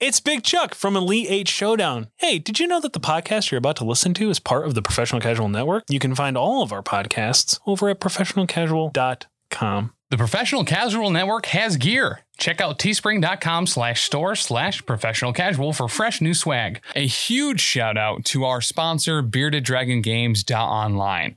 It's Big Chuck from Elite Eight Showdown. Hey, did you know that the podcast you're about to listen to is part of the Professional Casual Network? You can find all of our podcasts over at professionalcasual.com. The Professional Casual Network has gear. Check out teespring.com slash store slash professional casual for fresh new swag. A huge shout out to our sponsor, Bearded Dragon Games Online.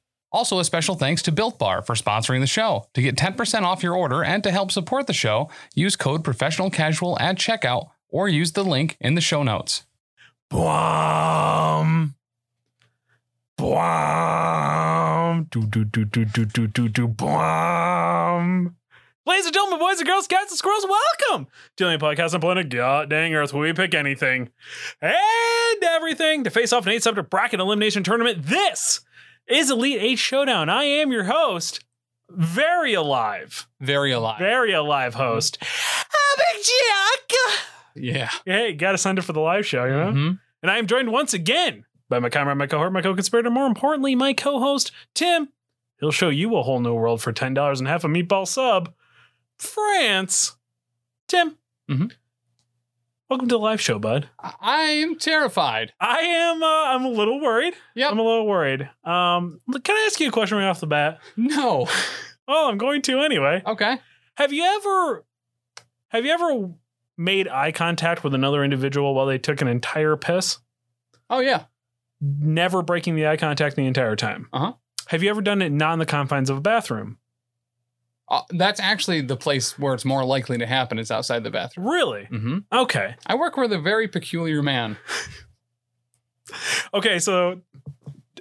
Also, a special thanks to Built Bar for sponsoring the show. To get 10% off your order and to help support the show, use code professional casual at checkout or use the link in the show notes. Blom. Blom. Do, do, do, do, do, do, do, do, blom. Ladies and gentlemen, boys and girls, cats and squirrels, welcome to the only podcast on planet God dang earth where we pick anything and everything to face off in an eight subject bracket elimination tournament. This is Elite Eight Showdown. I am your host, very alive, Very alive. very alive host. Big Jack. Yeah. Hey, got to sign up for the live show, you know? Mhm. And I am joined once again by my comrade, my cohort, my co-conspirator, more importantly, my co-host, Tim. He'll show you a whole new world for ten dollars and half a meatball sub. France. Tim. Mhm. Welcome to the live show, bud. I- I am terrified. I am uh, I'm a little worried. Yep. I'm a little worried. Um can I ask you a question right off the bat? No. Well, I'm going to anyway. Okay. Have you ever have you ever made eye contact with another individual while they took an entire piss? Oh, yeah. never breaking the eye contact the entire time. Uh-huh. Have you ever done it not in the confines of a bathroom? Uh, that's actually the place where it's more likely to happen is outside the bathroom. Really? hmm Okay. I work with a very peculiar man. Okay. So,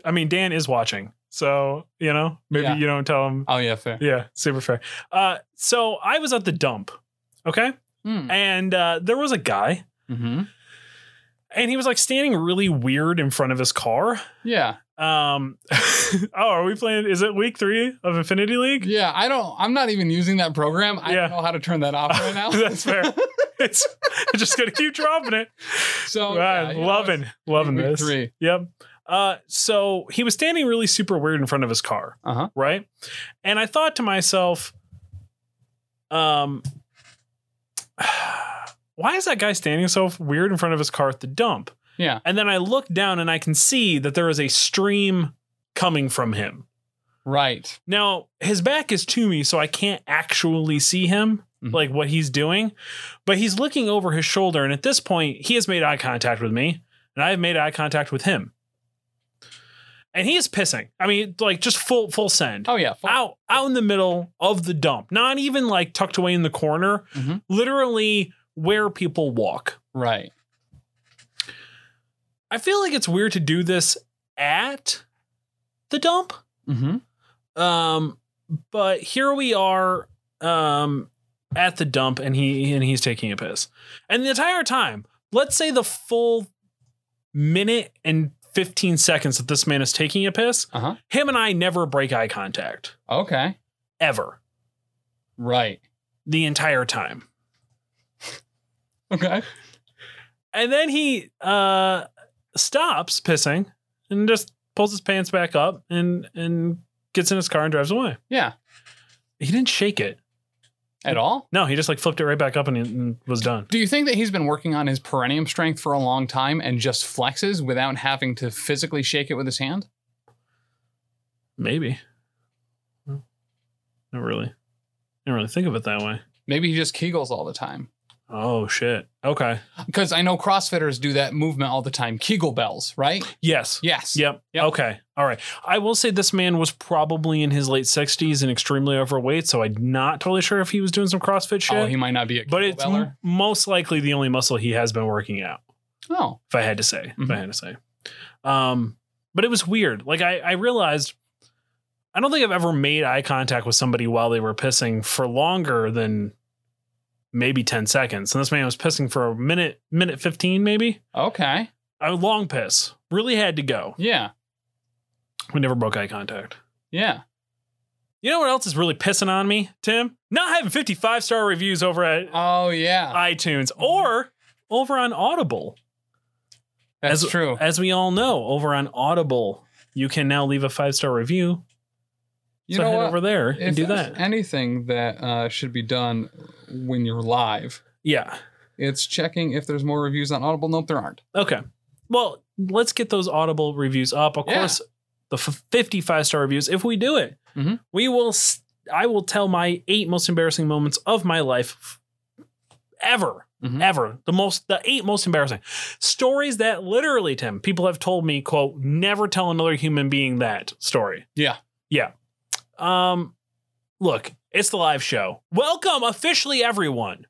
I mean, Dan is watching. So, you know, maybe Yeah. you don't tell him. Oh, yeah, fair. Yeah. Super fair. Uh, so I was at the dump. Okay. Hmm. Mm. And uh, there was a guy Mm-hmm. and he was like standing really weird in front of his car. Yeah. Um, oh, are we playing? Is it week three of Infinity League? Yeah. I don't, I'm not even using that program. I Yeah. don't know how to turn that off right now. That's fair. It's just going to keep dropping it. so, Oh, yeah, Right, you know, loving, it's loving week this. Three. Yep. Uh, so he was standing really super weird in front of his car, Uh huh. right? And I thought to myself, um, why is that guy standing so weird in front of his car at the dump? Yeah. And then I look down and I can see that there is a stream coming from him. Right. Now, his back is to me, so I can't actually see him, Mhm. like what he's doing, but he's looking over his shoulder. And at this point, he has made eye contact with me, and I have made eye contact with him. And he is pissing. I mean, like just full, full send. Oh, yeah. full- Out, out in the middle of the dump, not even like tucked away in the corner, Mhm. literally where people walk. Right. I feel like it's weird to do this at the dump. Mm-hmm. Um, but here we are um at the dump and he and he's taking a piss. And the entire time, let's say the full minute and 15 seconds that this man is taking a piss, Uh huh. him and I never break eye contact Okay. ever Right. the entire time. Okay. And then he uh stops pissing and just pulls his pants back up and and gets in his car and drives away. Yeah. He didn't shake it. At all? No, he just like flipped it right back up and, and was done. Do you think that he's been working on his perennium strength for a long time and just flexes without having to physically shake it with his hand? Maybe. Hmm. No, Not really. Didn't really think of it that way. Maybe he just kegels all the time. Oh shit. Okay. Because I know CrossFitters do that movement all the time. Kegel bells, right? Yes. Yes. Yep. Yep. Okay. All right. I will say this man was probably in his late sixties and extremely overweight, so I'm not totally sure if he was doing some CrossFit shit. Oh, he might not be a but it's m- Kegelbeller. most likely the only muscle he has been working out. Oh, If I had to say, if I Mhm. had to say, um, but it was weird. Like I, I realized, I don't think I've ever made eye contact with somebody while they were pissing for longer than maybe ten seconds. And this man was pissing for a minute, minute fifteen, maybe. okay. A long piss. Really had to go. Yeah. We never broke eye contact. Yeah. You know what else is really pissing on me, Tim? Not having 55 star reviews over at Oh Uh, yeah. iTunes or over on Audible. That's as- true. As we all know, over on Audible, you can now leave a five star review. You so know head what? over there If and do there's that. anything that uh, should be done when you're live, yeah. it's checking if there's more reviews on Audible. Nope, there aren't. Okay. Well, let's get those Audible reviews up. Of Yeah. course, the f- 55 star reviews, if we do it, Mhm. we will. s I I will tell my eight most embarrassing moments of my life f- ever. Mhm. Ever. The most, the eight most embarrassing stories that literally, Tim, people have told me, quote, never tell another human being that story. Yeah. Yeah. Um, look, it's the live show. Welcome officially everyone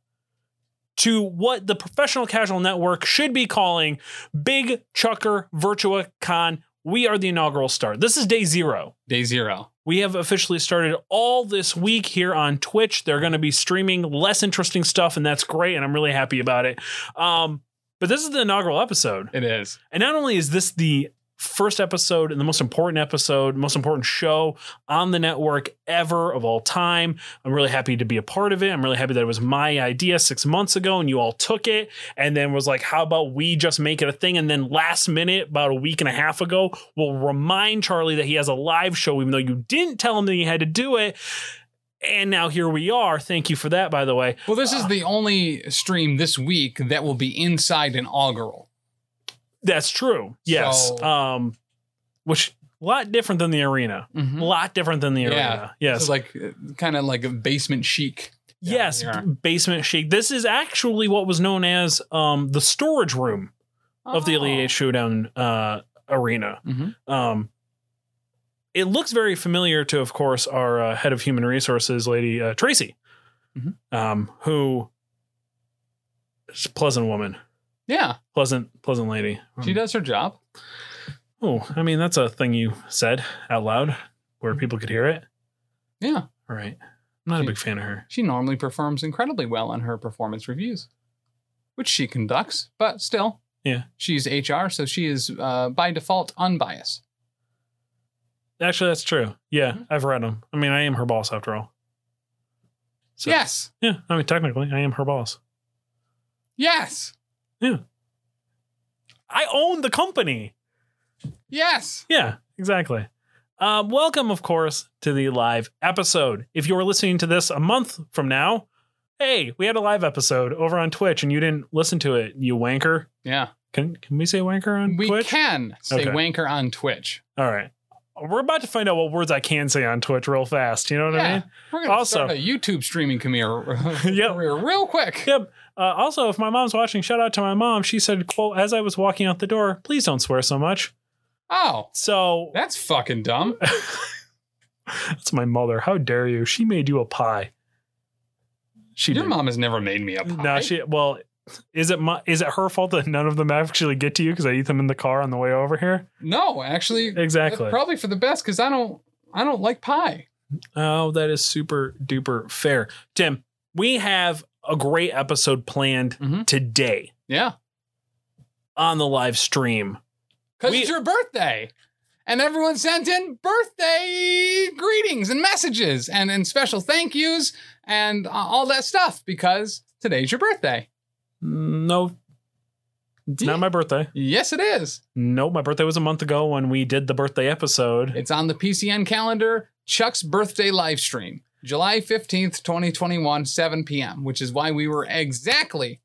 to what the Professional Casual Network should be calling Big Chucker Virtua Con. We are the inaugural start. This is day zero. Day zero. We have officially started all this week here on Twitch. They're going to be streaming less interesting stuff, and that's great. And I'm really happy about it. Um, but this is the inaugural episode. It is. And not only is this the first episode and the most important episode, most important show on the network ever of all time, I'm really happy to be a part of it. I'm really happy that it was my idea six months ago and you all took it and then was like, how about we just make it a thing? And then last minute, about a week and a half ago, we'll remind Charlie that he has a live show, even though you didn't tell him that he had to do it. And now here we are. Thank you for that, by the way. Well, this is the only stream this week that will be inside an inaugural. That's true. Yes. So- um, which a lot different than the arena. a lot different than the Mm-hmm. Yeah. arena. Mm-hmm. Yes. It's like kind of like a basement chic. yes. yeah. b- Basement chic. This is actually what was known as um, the storage room of Oh. the Elite Eight Showdown uh, arena. Mhm. Um, it looks very familiar to, of course, our uh, head of human resources, Lady uh, Tracy, Mhm. um, who is a pleasant woman, Yeah, pleasant, pleasant lady. she does her job. Oh, I mean, that's a thing you said out loud where people could hear it. Mm-hmm. Yeah, All right. I'm not a She- big fan of her. she normally performs incredibly well on her performance reviews, which she conducts, but still. Yeah. She's HR, so she is uh, by default unbiased. Actually, that's true. Yeah, Mhm. I've read them. I mean, I am her boss after all. So- yes. Yeah, I mean, technically, I am her boss. Yes. I own the company. Yes. Yeah, exactly. Um, welcome, of course, to the live episode. If you're listening to this a month from now, hey, we had a live episode over on Twitch and you didn't listen to it, you wanker. Yeah. Can can we say wanker on We Twitch? can say Okay. wanker on Twitch. All right. We're about to find out what words I can say on Twitch real fast. You know what I yeah. mean? We're gonna Also- start a YouTube streaming career, Yep. career real quick. Yep. Uh, also, if my mom's watching, shout out to my mom. She said, "quote As I was walking out the door, please don't swear so much." Oh, So that's fucking dumb. that's my mother. How dare you? She made you a pie. She Your did. mom has never made me a pie. No, she. Well, is it my? Is it her fault that none of them actually get to you because I eat them in the car on the way over here? No, actually, Exactly. probably for the best because I don't, I don't like pie. Oh, that is super duper fair, Tim. We have a great episode planned Mhm. today Yeah, on the live stream. because We- it's your birthday, and everyone sent in birthday greetings and messages and and special thank yous and uh, all that stuff because today's your birthday. No, it's Yeah. not my birthday. Yes, it is. Nope, my birthday was a month ago when we did the birthday episode. It's on the PCN calendar. Chuck's birthday live stream, July fifteenth, twenty twenty one, seven p.m. Which is why we were exactly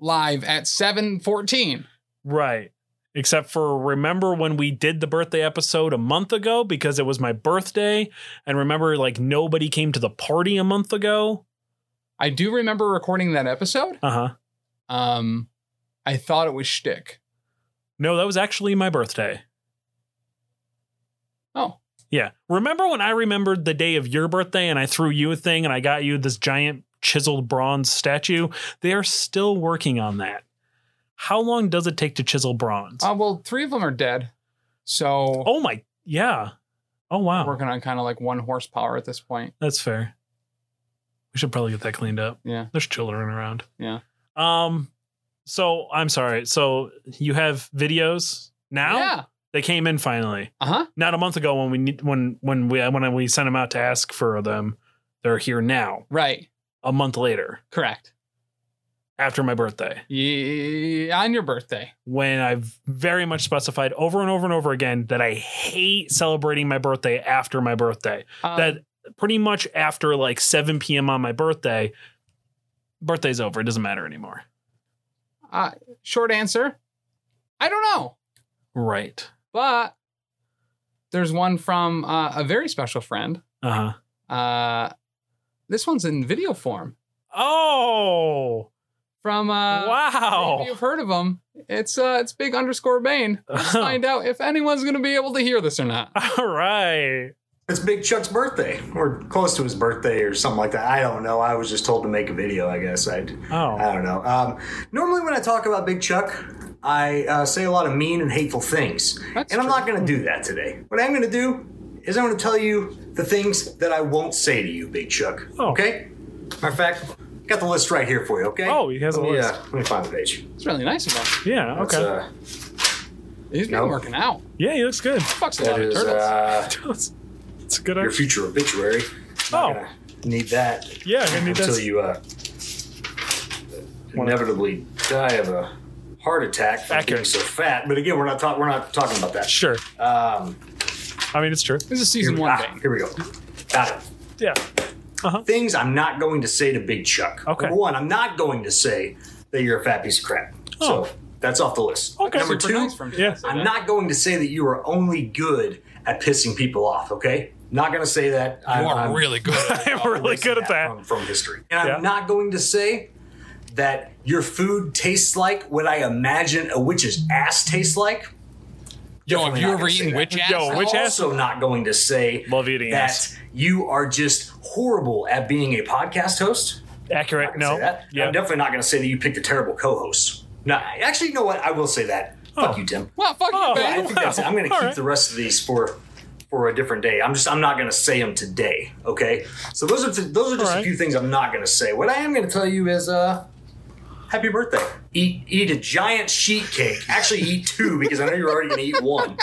live at seven fourteen. Right. Except for remember when we did the birthday episode a month ago because it was my birthday. And remember, like, nobody came to the party a month ago. I do remember recording that episode. Uh huh. Um, I thought it was shtick. No, that was actually my birthday. Oh, Yeah. Remember when I remembered the day of your birthday and I threw you a thing and I got you this giant chiseled bronze statue? They are still working on that. How long does it take to chisel bronze? uh, well, three of them are dead. So oh my. Yeah. Oh, wow. we're working on kind of like one horsepower at this point. That's fair. We should probably get that cleaned up. Yeah. There's children around. Yeah. Um so I'm sorry. So you have videos now Yeah. They came in finally. Uh huh. Not a month ago when we need, when when we when we sent them out to ask for them. They're here now. Right. A month later, Correct. after my birthday, Yeah, on your birthday. when I've very much specified over and over and over again that I hate celebrating my birthday after my birthday. Uh, that pretty much after like 7 p.m. on my birthday, birthday's over. It doesn't matter anymore. uh, short answer. I don't know, Right. but there's one from uh, a very special friend. Uh huh. Uh, this one's in video form Oh from. Uh, Maybe wow! you've heard of him. It's uh, it's big underscore Bane. Let's find out if anyone's gonna be able to hear this or not. All right. It's Big Chuck's birthday, or close to his birthday, or something like that. I don't know. I was just told to make a video. I guess I, I Oh, don't know. Um, normally, when I talk about Big Chuck, I uh, say a lot of mean and hateful things, That's and I'm true. not going to do that today. What I'm going to do is I'm going to tell you the things that I won't say to you, Big Chuck. Oh. Okay. Matter of fact, got the list right here for you. Okay. Oh, he has a Let me, list. uh, let me find the page. It's really nice of him. yeah. That's, Okay. uh, He's been Nope. working out. yeah, he looks good. Fucks a that lot of is turtles. uh, it's a good. your act- future obituary. Oh, Gonna Need that. yeah. I need until that. you uh, One- inevitably die of a heart attack from being Accurate. so fat. But again, we're not talking. We're not talking about that. Sure. Um, I mean, it's true. this is here, season we, one ah, Bane. here we go. Got it. Yeah. Things I'm not going to say to Big Chuck. Okay. Number one, I'm not going to say that you're a fat piece of crap. Oh. So that's off the list. Okay. Number Super two, nice from him. Yeah. I'm not going to say that you are only good at pissing people off. Okay. Not going to say that. You I'm, are I'm- really good. At it. I'm really good at that. From, from history. And I'm Yeah. not going to say that your food tastes like what I imagine a witch's ass tastes like. Yo, have Definitely you not ever gonna say eaten that. witch ass? Yo, witch- I'm ass? also not going to say Love eating that ass. you are just horrible at being a podcast host. I'm Accurate. not gonna No. say that. Yeah. I'm definitely not going to say that you picked a terrible co-host. No, actually, you know what? I will say that. Fuck you, Tim. Well, fuck Oh, you, I Bane. think that's it. I'm going to All keep right. the rest of these for for a different day. I'm just I'm not going to say them today. Okay. So those are th- those are just right. a few things I'm not going to say. What I am going to tell you is uh, happy birthday. Eat eat a giant sheet cake. Actually, eat two because I know you're already going to eat one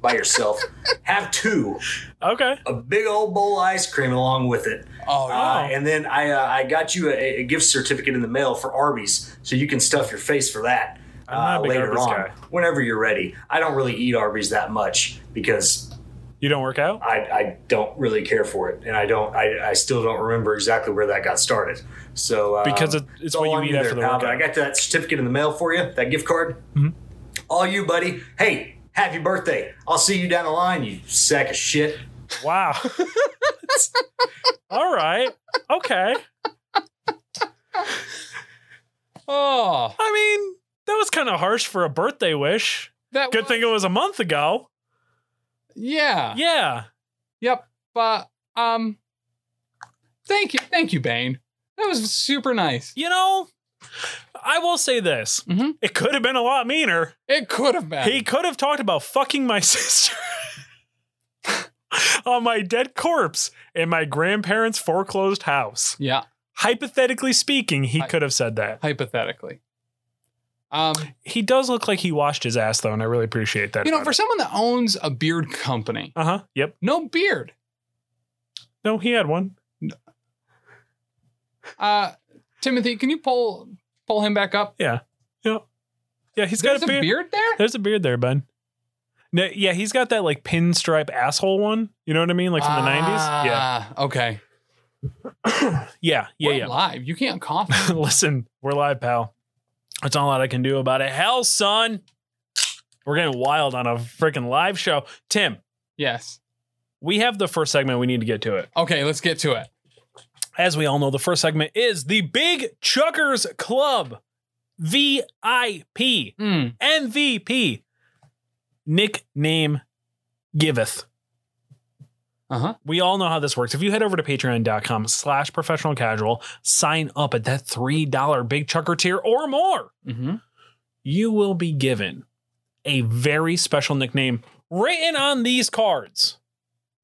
by yourself. Have two, Okay. a big old bowl of ice cream along with it. Oh, Uh, and then I uh, I got you a, a gift certificate in the mail for Arby's, so you can stuff your face for that not a uh, big later Arby's on, guy. whenever you're ready. I don't really eat Arby's that much because You don't work out. I, I don't really care for it, and I don't I, I still don't remember exactly where that got started. So uh, Because it- it's what all you on eat after the pal, workout. Mm-hmm. But I got that certificate in the mail for you, that gift card. All you, buddy. Hey, happy birthday! I'll see you down the line. You sack of shit. Wow. All right. Okay. oh, I mean, that was kind of harsh for a birthday wish. that Good was- Ah. thing it was a month ago. Yeah. Yeah. Yep. But um, thank you, thank you, Bane. That was super nice. You know, I will say this. Mhm. It could have been a lot meaner. It could have been. He could have talked about fucking my sister on my dead corpse in my grandparents' foreclosed house. yeah, Hypothetically speaking, he I- could have said that. hypothetically. Um, He does look like he washed his ass though, and I really appreciate that. you know, for someone that owns a beard company, uh huh. Yep. no beard. No, he had one. Uh, Timothy, can you pull pull him back up? Yeah, he's got There's a a beard. beard, there. There's a beard there, Ben. No, yeah, he's got that like pinstripe asshole one. You know what I mean? Like from the nineties. Yeah. Ah, Okay. Yeah. Yeah. We're yeah. Live. You can't cough. Listen, we're live, pal. That's not a lot I can do about it. Hell, son. We're getting wild on a freaking live show. Tim, yes. we have the first segment. We need to get to it. Okay. Let's get to it. As we all know, the first segment is the Big Chuckers Club VIP Mm. MVP nickname giveth. Uh huh. we all know how this works. If you head over to patreon.com slash professional casual, sign up at that $3 big chucker tier or more, Mm-hmm. you will be given a very special nickname written on these cards.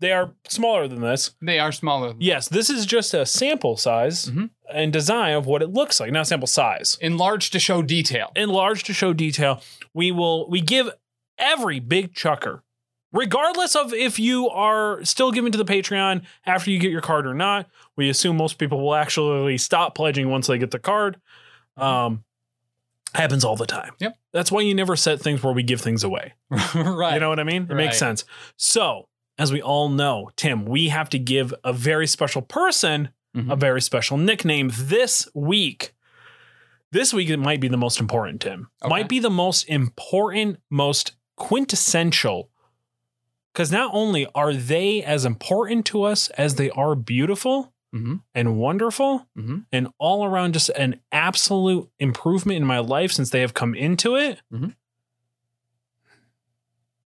They are smaller than this. They are smaller. than- Yes, this is just a sample size Mhm. and design of what it looks like. Not sample size. Enlarged to show detail. Enlarged to show detail. We will we give every big chucker, regardless of if you are still giving to the Patreon after you get your card or not. We assume most people will actually stop pledging once they get the card. Um, happens all the time. Yep. That's why you never set things where we give things away. right. You know what I mean? It makes Right. sense. So, as we all know, Tim, we have to give a very special person Mhm. a very special nickname this week. This week, it might be the most important, Tim. Okay. Might be the most important, most quintessential. Because not only are they as important to us as they are beautiful Mhm. and wonderful Mhm. and all around just an absolute improvement in my life since they have come into it. Mhm.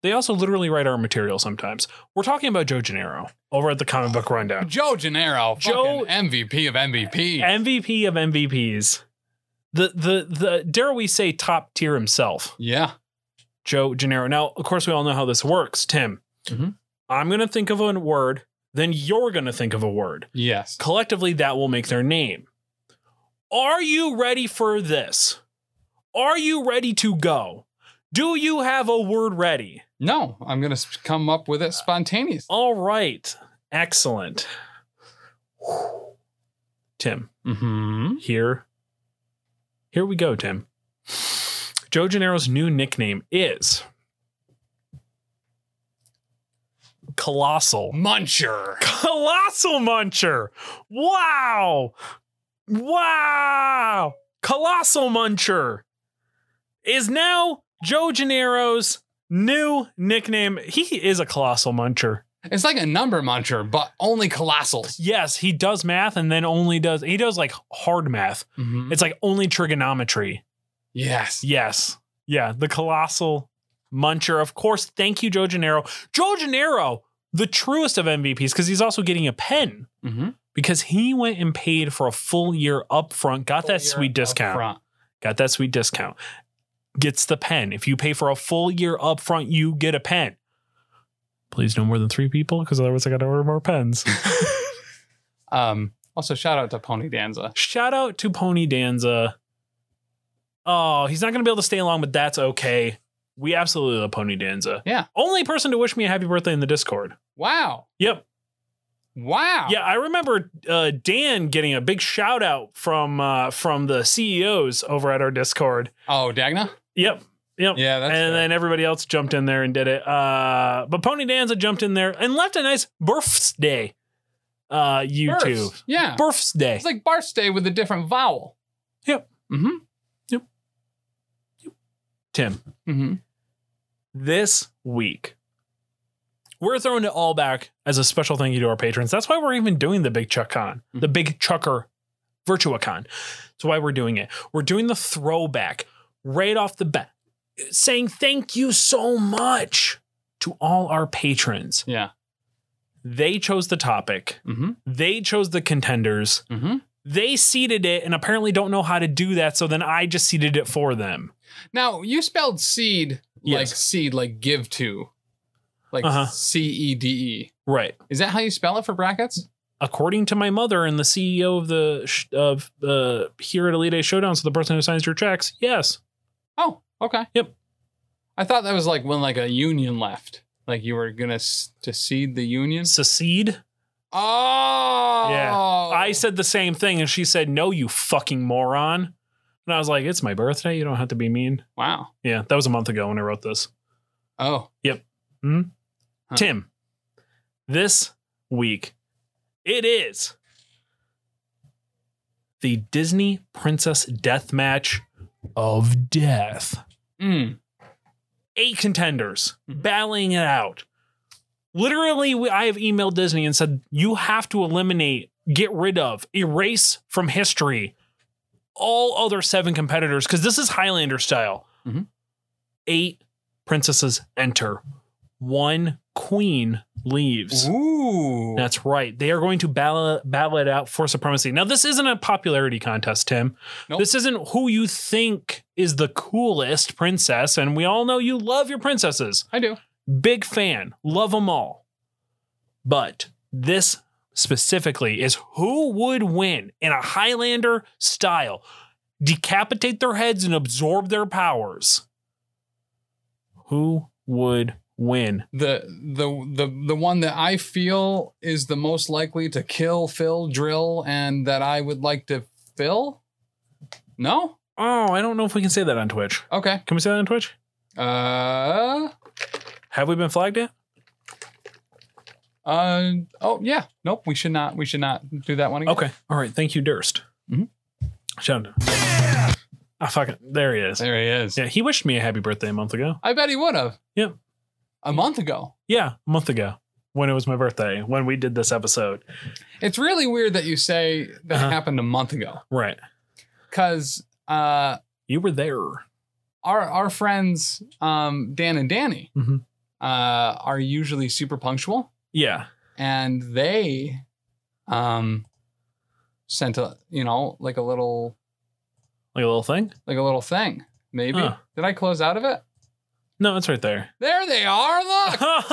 They also literally write our material sometimes. We're talking about Joe Gennaro over at the comic book rundown. Joe Gennaro, Joe- Joe MVP of MVP. MVP of MVPs. The the the dare we say top tier himself, yeah. Joe Gennaro. Now, of course, we all know how this works, Tim. Mhm. I'm gonna think of a word, then you're gonna think of a word. Yes. Collectively, that will make their name. Are you ready for this? Are you ready to go? Do you have a word ready? No, I'm gonna s- come up with it spontaneous. All right. Excellent. Tim. Mm-hmm. here. Here we go, Tim. Joe Gennaro's new nickname is Colossal. Muncher. Colossal Muncher. Wow. Wow. Colossal Muncher is now Joe Gennaro's new nickname. He is a Colossal Muncher. It's like a number muncher, but only colossals. Yes, he does math and then only does, he does like hard math. Mm-hmm. It's like only trigonometry. Yes. Yes. Yeah. The colossal muncher. Of course. Thank you, Joe Gennaro. Joe Gennaro, the truest of MVPs, because he's also getting a pen Mm-hmm. because he went and paid for a full year upfront, got that sweet discount, got that sweet discount, gets the pen. If you pay for a full year upfront, you get a pen. Please no more than three people because otherwise I got to order more pens. Um. Also, shout out to Pony Danza. Shout out to Pony Danza. Oh, he's not going to be able to stay long, but that's okay. We absolutely love Pony Danza. Yeah. Only person to wish me a happy birthday in the Discord. Wow. Yep. Wow. Yeah, I remember uh, Dan getting a big shout out from uh, from the CEOs over at our Discord. Oh, Dagna. Yep. Yep. Yeah. That's. and fair. then everybody else jumped in there and did it. Uh, but Pony Danza jumped in there and left a nice birthday. Uh, YouTube Barfs. Yeah. birthday. It's like birthday with a different vowel. Yep. Mm-hmm. Tim, Mm-hmm. this week. We're throwing it all back as a special thank you to our patrons. That's why we're even doing the Big Chuck Con, the Mm-hmm. Big Chucker VirtuaCon. That's why we're doing it. We're doing the throwback right off the bat, saying thank you so much to all our patrons. Yeah. They chose the topic, Mm-hmm. they chose the contenders, Mm-hmm. they seeded it, and apparently don't know how to do that. So then I just seeded it for them. Now you spelled seed like Yes. seed like give to, like Uh-huh. C E D E. Right. Is that how you spell it for brackets? according to my mother and the CEO of the sh- of uh, here at Elite Showdown, so the person who signs your checks, yes, Oh, okay. Yep. I thought that was like when like a union left, like you were gonna s- to seed the union. secede. Oh, I said the same thing, and she said, "No, you fucking moron." And I was like, "It's my birthday. You don't have to be mean." wow. Yeah, that was a month ago when I wrote this. Oh, Huh. Tim, this week it is the Disney Princess Death Match of Death. mm. eight contenders Mhm. battling it out. Literally, we, I have emailed Disney and said, you have to eliminate, get rid of, erase from history all other seven competitors because this is Highlander style. Mhm. Eight princesses enter, one queen leaves. ooh, That's right. They are going to battle, battle it out for supremacy. Now, this isn't a popularity contest, Tim. Nope. This isn't who you think is the coolest princess. And we all know you love your princesses. I do. Big fan. Love them all. But this specifically is who would win in a Highlander style, decapitate their heads and absorb their powers. Who would win? the the the the one that I feel is the most likely to kill, fill, drill, and that I would like to fill. No, Oh, I don't know if we can say that on Twitch. okay. Can we say that on Twitch? Uh, Have we been flagged yet? uh. Oh yeah. Nope. We should not. We should not do that one again. Okay. All right. Thank you, Durst. Mhm. Shout out. I fucking there he is. There he is. Yeah, he wished me a happy birthday a month ago. I bet he would have. Yeah. A month ago. Yeah, a month ago when it was my birthday when we did this episode. It's really weird that you say that Uh-huh. happened a month ago, Right. because uh, You were there. our our friends um, Dan and Danny Mhm. uh, are usually super punctual, Yeah. and they um, sent a you know like a little Like a little thing. like a little thing. Maybe Huh. did I close out of it? No, it's right there. There they are. Look.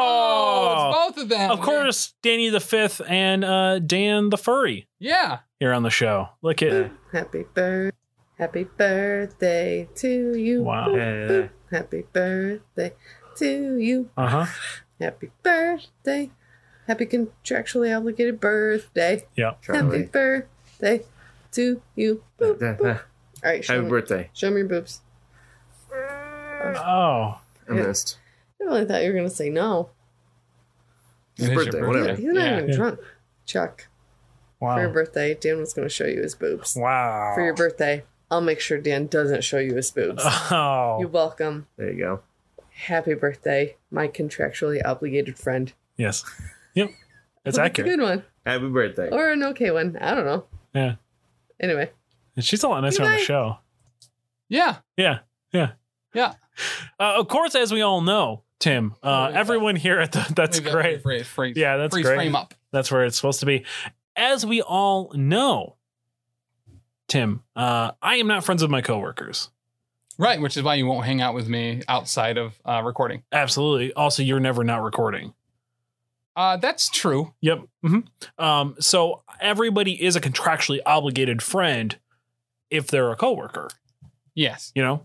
Oh, Oh, it's both of them. of course, Danny the Fifth and uh, Dan the Furry Yeah. here on the show. Look at Happy birthday. Happy birthday to you. Wow. Uh, Boop, boop. Happy birthday to you. uh huh. Happy birthday. Happy contractually obligated birthday. Yeah. Happy Charlie. birthday to you. Uh, Boop, boop. uh, All right, show Happy me, birthday. show me your boobs. Oh, I missed. I really thought you were going to say no. His It is your birthday, He's whatever. he's not Yeah. even Yeah. drunk. Chuck, for your wow, birthday, Dan was going to show you his boobs. wow. For your birthday, I'll make sure Dan doesn't show you his boobs. Oh, You're welcome. There you go. Happy birthday, my contractually obligated friend. yes. Yep. It's That's accurate. a good one. Happy birthday. Or an okay one. I don't know. Yeah. Anyway. And she's a lot nicer Good on the night. show. Yeah. Yeah. Yeah. Yeah. Uh, of course, as we all know, Tim, uh, Oh, yeah. everyone here at the that's Leave that great. Free, free, Yeah, that's free great. frame up. That's where it's supposed to be. As we all know, Tim, uh, I am not friends with my coworkers. Right, which is why you won't hang out with me outside of uh, recording. Absolutely. Also, you're never not recording. Uh, that's true. Yep. hmm Um, so everybody is a contractually obligated friend if they're a coworker. Yes. you know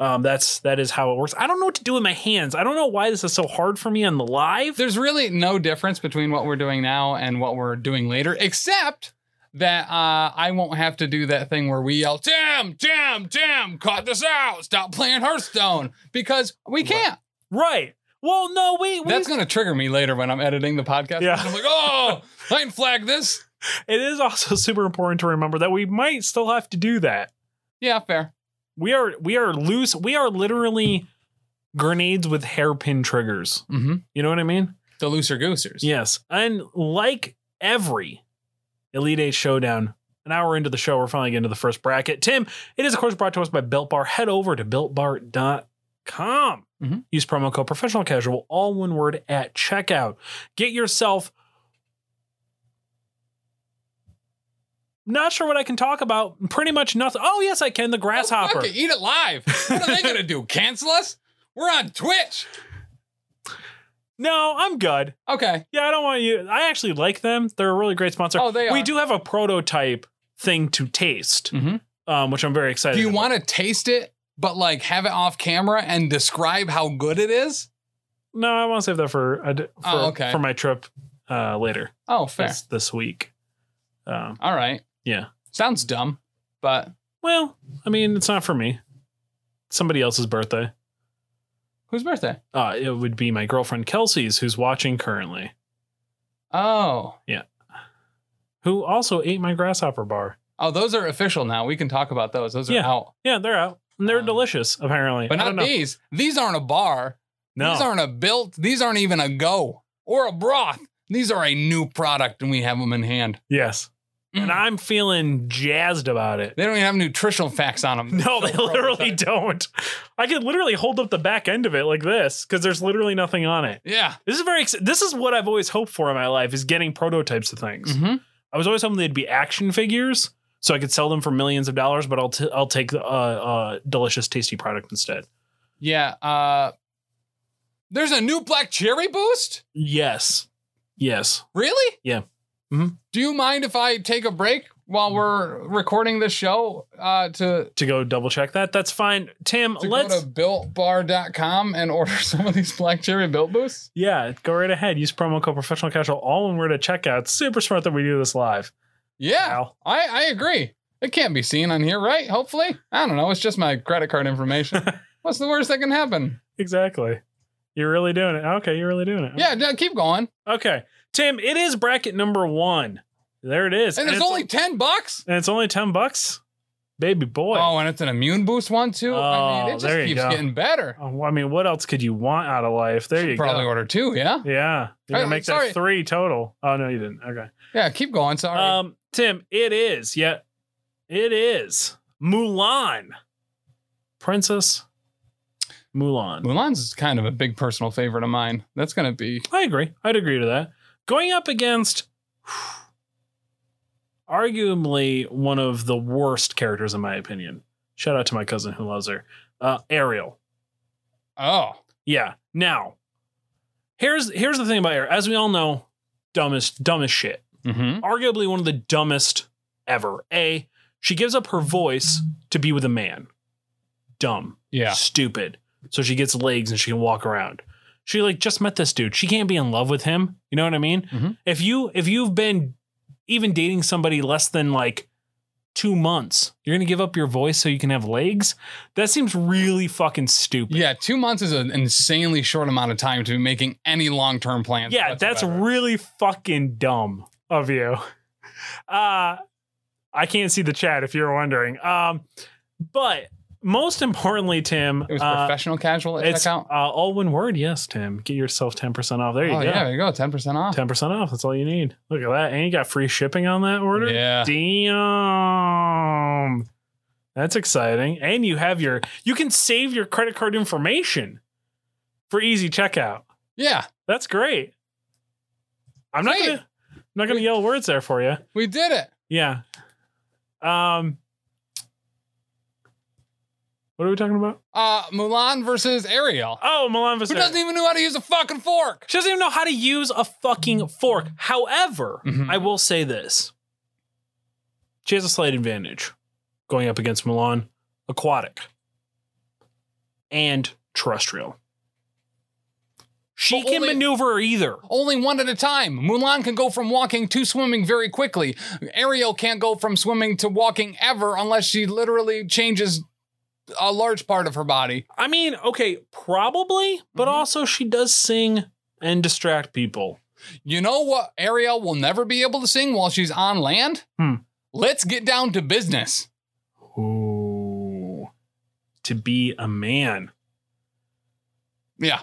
um, that's that is how it works i don't know what to do with my hands i don't know why this is so hard for me on the live There's really no difference between what we're doing now and what we're doing later, except that uh, I won't have to do that thing where we yell, Tim, Tim, Tim, cut this out. Stop playing Hearthstone because we can't. right well no wait, wait That's going to trigger me later when I'm editing the podcast. Yeah. I'm like, oh, I can flag this. it is also super important to remember that we might still have to do that Yeah, fair. we are we are loose we are literally grenades with hairpin triggers Mm-hmm. you know what i mean The looser goosers. yes and like every elite eight showdown an hour into the show we're finally getting to the first bracket tim it is of course brought to us by built bar head over to builtbar.com com. Mhm. Use promo code professional casual, all one word at checkout. Get yourself. Not sure what I can talk about. Pretty much nothing. Oh, yes, I can. The Oh, grasshopper. fuck it, eat it live. What are they going to do? Cancel us? We're on Twitch. no, I'm good. Okay. Yeah, I don't want you. I actually like them. They're a really great sponsor. Oh, they We are. do have a prototype thing to taste, Mhm. um, which I'm very excited Do you about. want to taste it, but like have it off camera and describe how good it is? No, I want to save that for, a d- for, Oh, okay. for my trip uh, later Oh, fair. this, this week. Um, All right. Yeah. Sounds dumb, but Well, I mean, it's not for me. It's somebody else's birthday. whose birthday? Uh, it would be my girlfriend Kelsey's, who's watching currently, Oh. who also ate my grasshopper bar. Oh, those are official now. We can talk about those. Those are Yeah. out. Yeah, they're out. And they're Um, delicious, apparently. But I don't not know. these. These aren't a bar. No. These aren't a built. These aren't even a go or a broth. These are a new product and we have them in hand. yes. And Mm. I'm feeling jazzed about it. They don't even have nutritional facts on them. No, they literally don't. I could literally hold up the back end of it like this because there's literally nothing on it. Yeah. This is very. ex- This is what I've always hoped for in my life is getting prototypes of things. hmm I was always hoping they'd be action figures so I could sell them for millions of dollars, but I'll t- I'll take the uh, uh, delicious, tasty product instead. Yeah. Uh, there's a new black cherry boost. Yes, yes, Really? Mm-hmm. Yeah. Mhm. Do you mind if I take a break while we're recording this show uh, to, to go double check that. That's fine. Tim, to let's go to builtbar.com and order some of these black cherry built boosts? yeah, go right ahead. Use promo code professional casual all when we're at checkout. Super smart that we do this live. Yeah, Wow. I, I agree. It can't be seen on here, right? Hopefully. I don't know. It's just my credit card information. What's the worst that can happen? Exactly. You're really doing it. Okay, you're really doing it. Yeah, no, keep going. Okay. Tim, it is bracket number one. There it is. And there's it's, only 10 bucks? and it's only ten bucks. Baby boy. Oh, and it's an immune boost one, too. I mean, Oh, it there just you keeps go. getting better. Oh, I mean, what else could you want out of life? There you Probably go. order two, yeah? Yeah. You're Uh, gonna make sorry. that three total. Oh no, you didn't. Okay. Yeah, keep going. Sorry. Um, Tim, it is. Yeah, it is Mulan, Princess Mulan. Mulan's kind of a big personal favorite of mine. That's going to be. I agree. I'd agree to that. Going up against arguably one of the worst characters in my opinion. Shout out to my cousin who loves her, uh, Ariel. Oh, Yeah. Now, here's here's the thing about Ariel. As we all know, dumbest dumbest shit. mm-hmm. arguably one of the dumbest ever. A, she gives up her voice to be with a man. Dumb. yeah. Stupid. So she gets legs and she can walk around. She like just met this dude. She can't be in love with him. You know what I mean? Mhm. If you if you've been even dating somebody less than like two months, you're gonna give up your voice so you can have legs? That seems really fucking stupid. Yeah, two months is an insanely short amount of time to be making any long term plans. yeah, that's whatsoever. really fucking dumb of you. Uh I can't see the chat if you're wondering. Um but most importantly, Tim, It was uh, professional casual at it's uh, checkout. all one word, yes, Tim. Get yourself 10% off. There you oh, go. yeah, there you go. 10% off. 10% off. That's all you need. Look at that. And you got free shipping on that order. Yeah. Damn. That's exciting. And you have your you can save your credit card information for easy checkout. Yeah, That's great. I'm not Great. gonna I'm not gonna yell words there for you. we did it. Yeah. Um What are we talking about? Uh, Mulan versus Ariel. Oh, Milan Who Vasari. doesn't even know how to use a fucking fork? she doesn't even know how to use a fucking fork. However, Mhm. I will say this. She has a slight advantage going up against Milan, aquatic and terrestrial. She But can only- maneuver either. Only one at a time. Mulan can go from walking to swimming very quickly. Ariel can't go from swimming to walking ever unless she literally changes a large part of her body. I mean, okay, probably, but Mhm. also she does sing and distract people. You know what Ariel will never be able to sing while she's on land? Hmm. Let's get down to business. Ooh. To be a man. Yeah.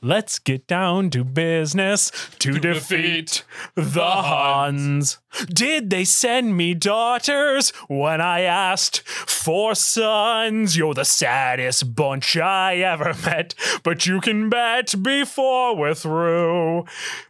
Let's get down to business to, To defeat defeat the Huns. Did they send me daughters when I asked for sons? You're the saddest bunch I ever met, but you can bet before we're through,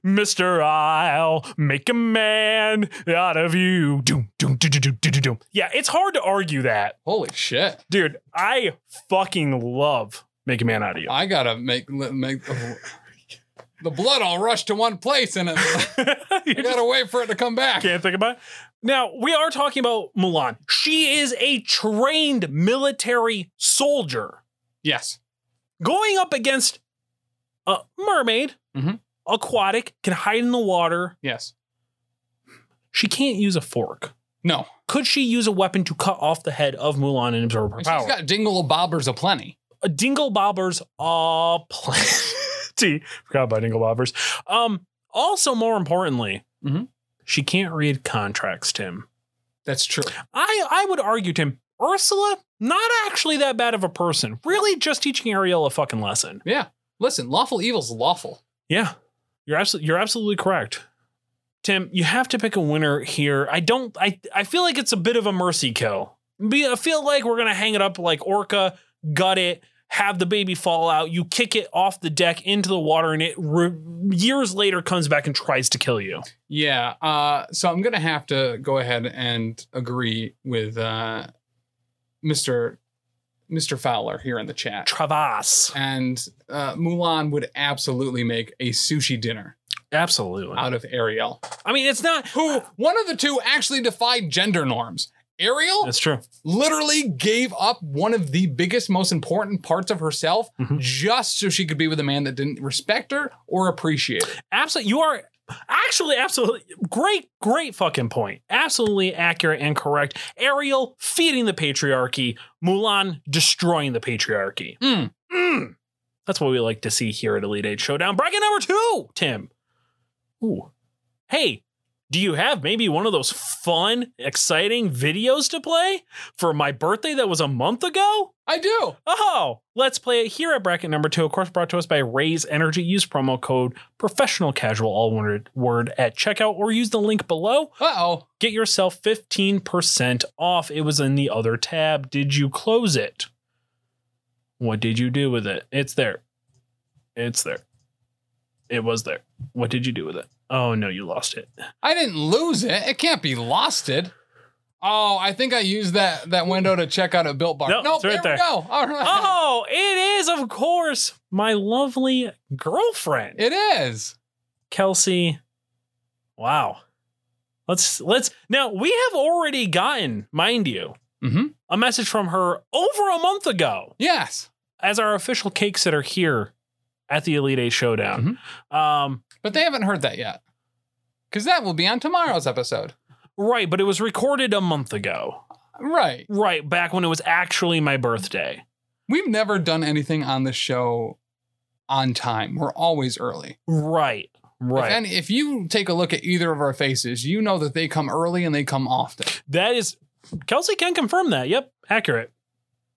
Mr. I'll make a man out of you. Doom, doom, doom, doom, doom, doom, doom. Yeah, it's hard to argue that. Holy shit. Dude, I fucking love Make a Man Out of You. I gotta make li- make the blood all rush to one place and it, You're I just- gotta wait for it to come back. can't think about. it. Now we are talking about Milan. She is a trained military soldier Yes. going up against a mermaid, Mhm. aquatic, can hide in the water. Yes. She can't use a fork. No. Could she use a weapon to cut off the head of Mulan and absorb her She's power? got dingle bobbers aplenty. A Dingle Bobbers, uh, plenty. Forgot about Dingle Bobbers. Um, also, more importantly, Mhm. she can't read contracts, Tim. That's true. I I would argue to him, Ursula, not actually that bad of a person. Really, just teaching Ariel a fucking lesson. Yeah. Listen, lawful evil's lawful. Yeah, you're absolutely you're absolutely correct. Tim, you have to pick a winner here. I don't. I I feel like it's a bit of a mercy kill. Be, I feel like we're gonna hang it up like Orca, gut it, have the baby fall out. You kick it off the deck into the water, and it re- years later comes back and tries to kill you. Yeah. Uh, so I'm gonna have to go ahead and agree with uh, Mr. Mr. Fowler here in the chat. Travas. And uh, Mulan would absolutely make a sushi dinner. Absolutely. out of Ariel, I mean, it's not. who one of the two actually defied gender norms. Ariel That's true. literally gave up one of the biggest, most important parts of herself Mhm. just so she could be with a man that didn't respect her or appreciate her. Absolutely. You are actually absolutely great, great fucking point. Absolutely accurate and correct. Ariel feeding the patriarchy, Mulan destroying the patriarchy. Mm. Mm. That's what we like to see here at Elite Eight Showdown. Bracket number two, Tim. Ooh. Hey, do you have maybe one of those fun, exciting videos to play for my birthday that was a month ago? I do. Oh, let's play it here at bracket number two. Of course, brought to us by Raise Energy. Use promo code professional casual, all one word- word at checkout, or use the link below. Uh oh. Get yourself 15% off. It was in the other tab. Did you close it? What did you do with it? It's there. It's there. It was there. What did you do with it? Oh, no, you lost it. I didn't lose it. It can't be losted. Oh, I think I used that that window to check out a built bar. No, nope, it's right there. there, we go. All right. Oh, it is, of course, my lovely girlfriend. It is. Kelsey. Wow. Let's let's now we have already gotten, mind you, Mm-hmm. a message from her over a month ago Yes. as our official cake sitter here at the Elite Eight Mm-hmm. Showdown. Um, But they haven't heard that yet. Because that will be on tomorrow's episode. right, but it was recorded a month ago. Right. Right, back when it was actually my birthday. We've never done anything on the show on time. We're always early. Right. Right. If, any, if you take a look at either of our faces, you know that they come early and they come often. That is Kelsey can confirm that. Yep, accurate.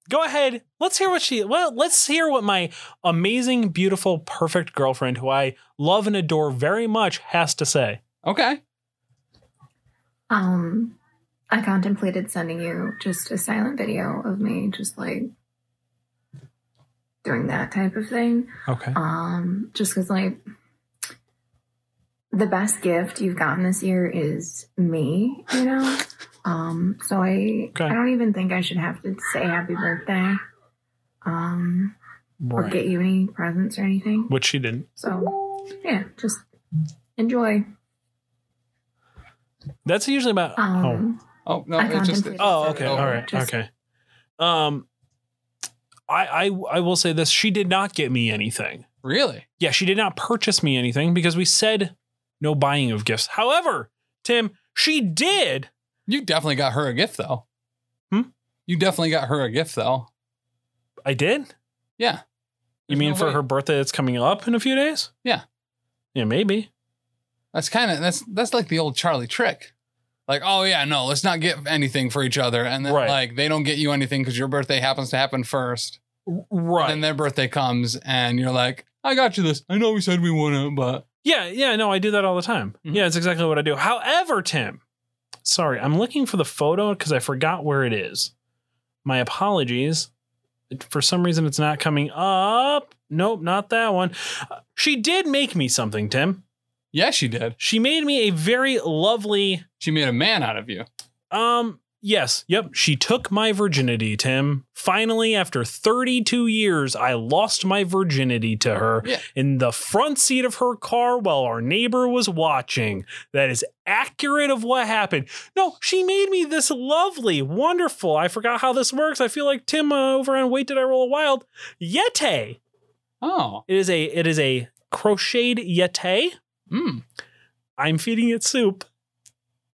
Go ahead. Let's hear what she well, let's hear what my amazing, beautiful, perfect girlfriend who I love and adore very much has to say. Okay. Um, I contemplated sending you just a silent video of me, just like doing that type of thing. Okay. Um, just because, like, the best gift you've gotten this year is me, you know? Um, so I, Okay. I don't even think I should have to say happy birthday. Um, or get you any presents or anything. Which she didn't. So, yeah, just enjoy. That's usually about Um, Oh no, I it just contemplated- Oh, okay. Oh, All right. just- okay. Um I, I I will say this. She did not get me anything. really. Yeah, she did not purchase me anything because we said no buying of gifts. However, Tim, she did You definitely got her a gift though. Hmm? You definitely got her a gift though. I did. Yeah. You There's mean no for way. her birthday that's coming up in a few days? Yeah. Yeah, maybe. That's kind of that's that's like the old Charlie trick. Like, oh yeah, no, let's not get anything for each other, and then Right. like they don't get you anything because your birthday happens to happen first, Right. and their birthday comes, and you're like, I got you this. I know we said we wouldn't, but yeah, yeah, no, I do that all the time. Mhm. Yeah, it's exactly what I do. However, Tim, sorry, I'm looking for the photo because I forgot where it is. My apologies. It- For some reason, it's not coming up. Nope, not that one. Uh, She did make me something, Tim. yeah, she did. She made me a very lovely. She made a man out of you. Um, yes, yep. She took my virginity, Tim. Finally, after 32 years, I lost my virginity to her Yeah. in the front seat of her car while our neighbor was watching. That is accurate of what happened. No, she made me this lovely, wonderful. I forgot how this works. I feel like Tim uh, over on Wait Did I Roll a Wild? Yeti. Oh, It is a it is a crocheted yeti. mm, I'm feeding it soup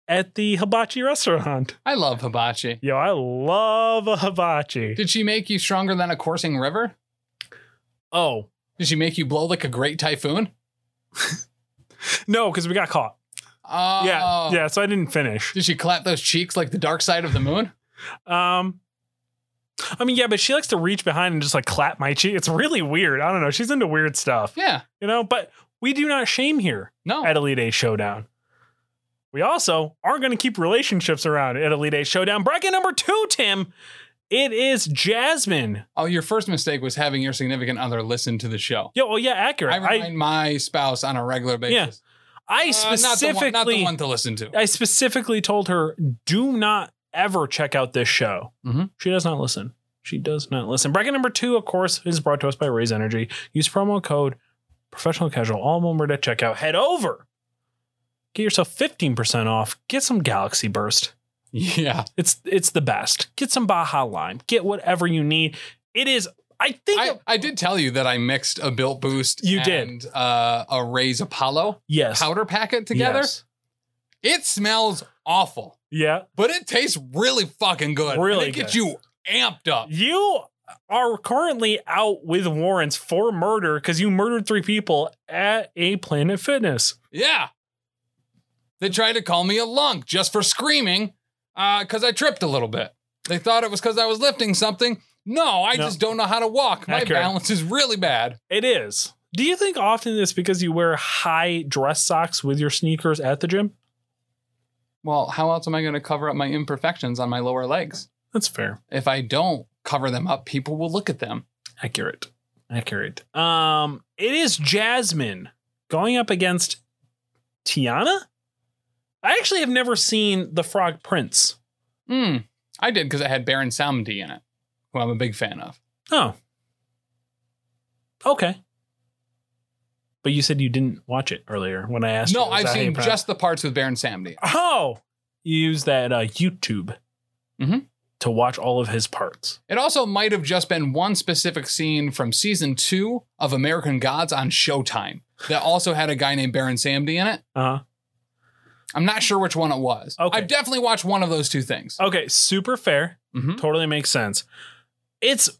at the hibachi restaurant. I love hibachi. Yo, I love a hibachi. Did she make you stronger than a coursing river? oh, Did she make you blow like a great typhoon? no, because we got caught. Oh, yeah, yeah, so I didn't finish. Did she clap those cheeks like the dark side of the moon? Um, I mean, yeah, but she likes to reach behind and just like clap my cheek. It's really weird. I don't know. She's into weird stuff, Yeah. you know, but we do not shame here No. at Elite Eight Showdown. We also are going to keep relationships around at Elite Eight Showdown. Bracket number two, Tim. It is Jasmine. Oh, your first mistake was having your significant other listen to the show. Yo, oh yeah, accurate. I I, remind my spouse on a regular basis. I Uh, not the specifically one- not, the one, to listen to. I specifically told her, do not ever check out this show. Mhm. She does not listen. She does not listen. Bracket number two, of course, is brought to us by Raise Energy. Use promo code professional casual, all one word at checkout. Head over. Get yourself 15% off. Get some Galaxy Burst. Yeah. It's it's the best. Get some Baja Lime. Get whatever you need. It is, I think, I, I did tell you that I mixed a Built Boost You did. and uh, a Raise Apollo yes. powder packet together. Yes. It smells awful, Yeah. but it tastes really fucking good. Really It gets good. you amped up. You are currently out with warrants for murder because you murdered three people at a Planet Fitness. Yeah. They tried to call me a lunk just for screaming because I tripped a little bit. They thought it was because I was lifting something. No, I No. just don't know how to walk. My Accurate. balance is really bad. It is. Do you think often it's because you wear high dress socks with your sneakers at the gym? Well, how else am I going to cover up my imperfections on my lower legs? That's fair. If I don't cover them up, people will look at them. Accurate. Accurate. Um, it is Jasmine going up against Tiana. I actually have never seen the Frog Prince. Hmm. I did because it had Baron Samedi in it, who I'm a big fan of. Oh. Okay. But you said you didn't watch it earlier when I asked. No, you, is I've that how you seen pronounce- just the parts with Baron Samedi. Oh, you use that uh, YouTube Mhm. to watch all of his parts. It also might have just been one specific scene from season two of American Gods on Showtime that also had a guy named Baron Samdi in it. Uh I'm not sure which one it was. Okay. I've definitely watched one of those two things. huh. Okay, super fair. Mhm. Totally makes sense. It's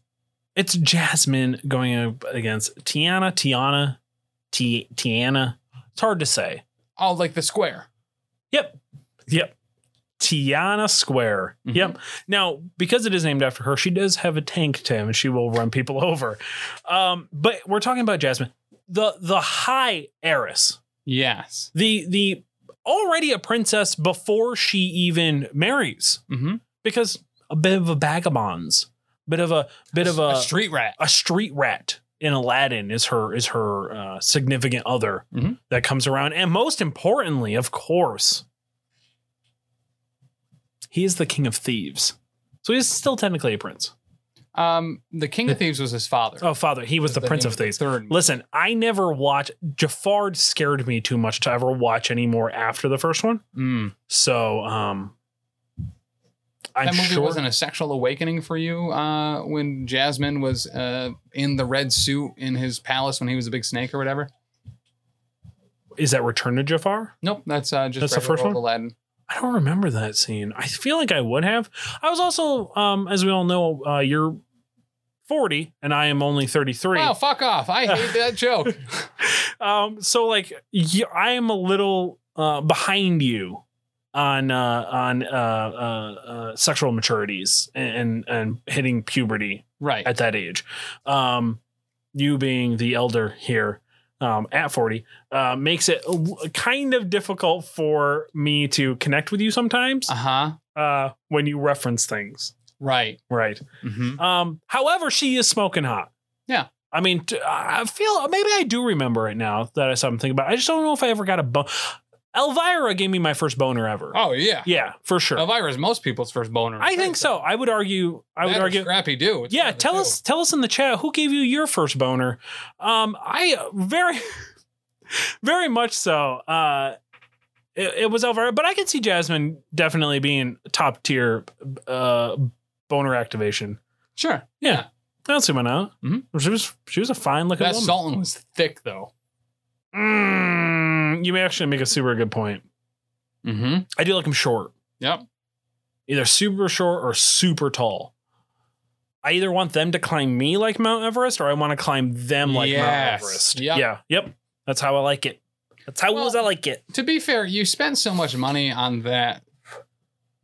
it's Jasmine going up against Tiana, Tiana, T- Tiana. It's hard to say. Oh, like the square. Yep. Yep. Tiana Square. Mhm. Yep. Now, because it is named after her, she does have a tank, Tim, and she will run people over. Um, but we're talking about Jasmine, the the high heiress, Yes. the the already a princess before she even marries, Mm-hmm. because a bit of a vagabonds, bit of a bit of a street rat. a street rat in Aladdin is her is her uh, significant other Mhm. that comes around, and most importantly, of course, he is the king of thieves. So he's still technically a prince. Um, the King of Thieves was his father. Oh, father, he was the, The prince name of thieves. Third. Listen, I never watched Jafar scared me too much to ever watch any more after the first one. Mm. So, um, I'm That movie sure wasn't a sexual awakening for you uh, when Jasmine was uh, in the red suit in his palace when he was a big snake or whatever. is that Return to Jafar? Nope, that's uh, just That's the regular first old one? Aladdin. I don't remember that scene. I feel like I would have. I was also, um, as we all know, uh, you're 40 and I am only 33. Oh, fuck off. I hate that joke. Um, so like y- I am a little uh, behind you on uh, on uh, uh, uh, sexual maturities and, and and hitting puberty Right. at that age. Um, you being the elder here um, at 40 uh, makes it w- kind of difficult for me to connect with you sometimes Uh huh. uh, when you reference things. Right. Right. Mm-hmm. Um, however, she is smoking hot. Yeah. I mean, t- I feel maybe I do remember it now that I something about. it. I just don't know if I ever got a bone. Elvira gave me my first boner ever. Oh, yeah. Yeah, for sure. Elvira's most people's first boner. I think so. I would argue. I would That or argue. Scrappy do. It's one Yeah, of the tell two. us tell us in the chat who gave you your first boner. Um, I uh, very very much so. Uh it, it was Elvira, but I could see Jasmine definitely being top tier uh boner activation. Sure. Yeah. I don't see why not. Mhm. She was she was a fine looking That woman. Sultan was thick, though. Mm, you may actually make a super good point. Mm hmm. I do like him short. Yep. Either super short or super tall. I either want them to climb me like Mount Everest or I want to climb them like Mount Yes. Everest. Yep. Yeah. Yep. That's how I like it. That's how Well- was I like it. To be fair, you spend so much money on that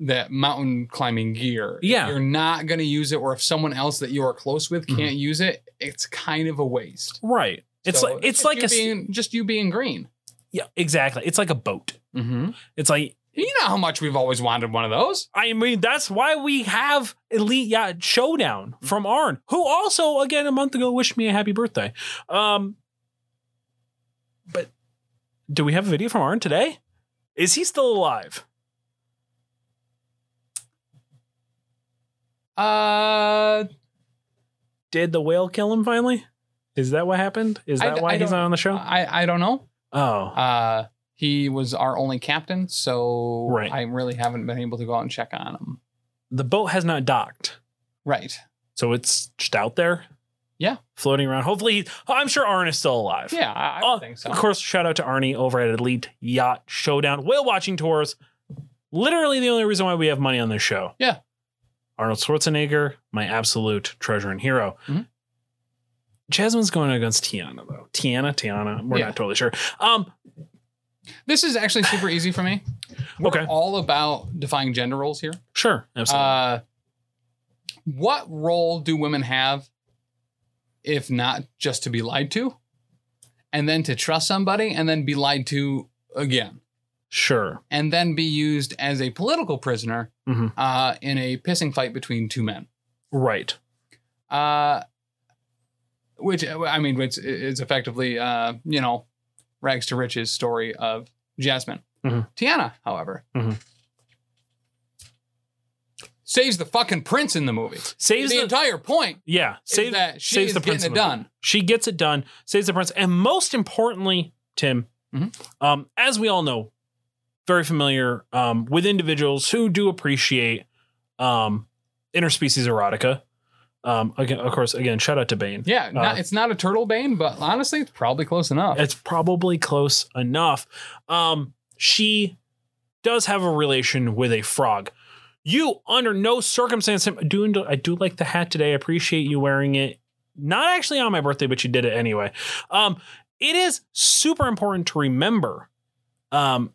that mountain climbing gear. If Yeah. you're not going to use it, or if someone else that you are close with Mhm. can't use it, it's kind of a waste. Right. It's So like it's like you a s- being, just you being green. yeah, exactly. It's like a boat. Mm-hmm. It's like You know how much we've always wanted one of those. I mean, that's why we have Elite Yacht Showdown Mm-hmm. from Arn, who also, again, a month ago wished me a happy birthday. Um, but do we have a video from Arn today? Is he still alive? Uh, Uh, Did the whale kill him finally? Is that what happened? Is I that d- why I he's don't- not on the show? I, I don't know. oh, Uh, he was our only captain, so Right. I really haven't been able to go out and check on him. the boat has not docked, Right. so it's just out there. Yeah. floating around. Hopefully, he, I'm sure Arn is still alive. Yeah, I, I Oh, would think so. Of course, shout out to Arnie over at Elite Yacht Showdown Whale Watching Tours. Literally the only reason why we have money on this show. Yeah. Arnold Schwarzenegger, my absolute treasure and hero. Mhm. Jasmine's going against Tiana though. Tiana, Tiana. We're Yeah. not totally sure. Um, This is actually super easy for me. We're Okay. all about defying gender roles here. sure, absolutely. Uh, what role do women have if not just to be lied to and then to trust somebody and then be lied to again sure. and then be used as a political prisoner Mhm. uh, in a pissing fight between two men? Right. Uh, which I mean, which is effectively, uh, you know, rags to riches story of Jasmine. Mhm. Tiana, however, Mhm. saves the fucking prince in the movie. Saves the, the, entire point yeah, is saves that she saves is the prince getting in it the movie. done. She gets it done, saves the prince, and most importantly, Tim, Mhm. um, as we all know, very familiar um, with individuals who do appreciate um, interspecies erotica. Um, again, of course, again, shout out to Bane. Yeah, Uh, not, it's not a turtle bane, but honestly, it's probably close enough. It's probably close enough. Um, she does have a relation with a frog. You, under no circumstance, I do, I do like the hat today. I appreciate you wearing it. Not actually on my birthday, but you did it anyway. Um, it is super important to remember um,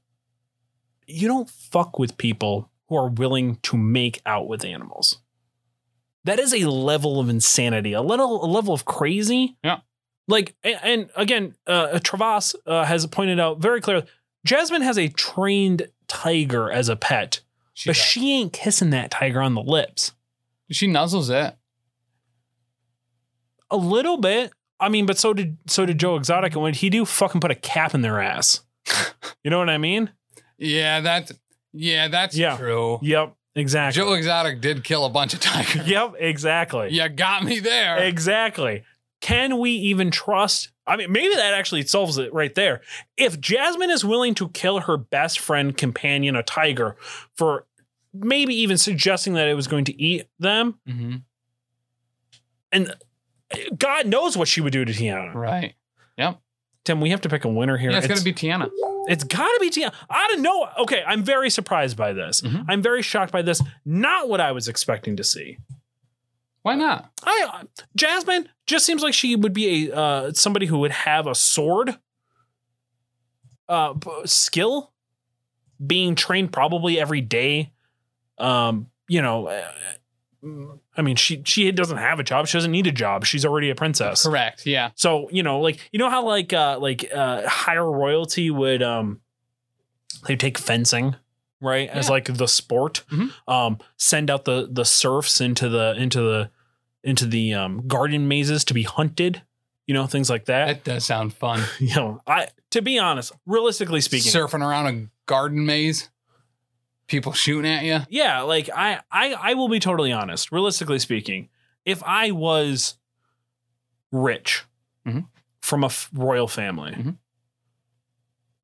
you don't fuck with people who are willing to make out with animals. That is a level of insanity, a little a level of crazy. Yeah. Like and, and again, uh Travas uh, has pointed out very clearly Jasmine has a trained tiger as a pet, She, but does. she ain't kissing that tiger on the lips. she nuzzles it. A little bit. I mean, but so did so did Joe Exotic and what did he do? Fucking put a cap in their ass. you know what I mean? Yeah, that. Yeah, that's Yeah. true. Yep, exactly. Joe Exotic did kill a bunch of tigers. Yep, exactly. You got me there. Exactly. Can we even trust? I mean, maybe that actually solves it right there. If Jasmine is willing to kill her best friend, companion, a tiger, for maybe even suggesting that it was going to eat them, Mhm. God knows what she would do to Tiana. Right. Tim, we have to pick a winner here. Yeah, it's, gonna be Tiana. It's gotta be Tiana. I don't know. Okay, I'm very surprised by this. Mhm. I'm very shocked by this. Not what I was expecting to see. Why not? I uh, Jasmine just seems like she would be a uh, somebody who would have a sword uh, b- skill, being trained probably every day. Um, you know, uh, I mean, she she doesn't have a job. She doesn't need a job. She's already a princess. Correct. Yeah. So you know, like you know how like uh, like uh, higher royalty would um, they take fencing right as Yeah. like the sport. Mhm. Um, send out the the serfs into the into the into the um, garden mazes to be hunted. You know things like that. That does sound fun. you know, I to be honest, realistically speaking, Surfing around a garden maze, people shooting at you. yeah, like I, I I will be totally honest. Realistically speaking, if I was rich Mhm. from a f- royal family Mhm.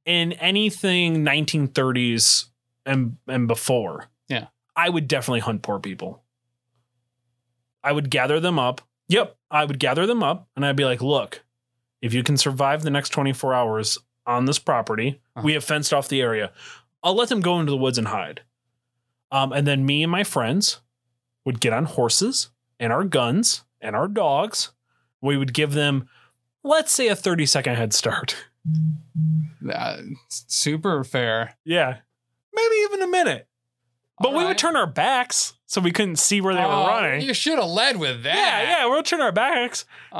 in anything 1930s and and before, Yeah. I would definitely hunt poor people. I would gather them up. Yep, I would gather them up and I'd be like, "Look, if you can survive the next 24 hours on this property, we have fenced off the area. I'll let them go into the woods and hide." Um, and then me and my friends would get on horses and our guns and our dogs. We would give them, let's say, a 30 second head start. Uh, it's super fair. Yeah. Maybe even a minute. But All we right. would turn our backs so we couldn't see where they were Oh, running. You should have led with that. Yeah, yeah, we'll turn our backs. Oh,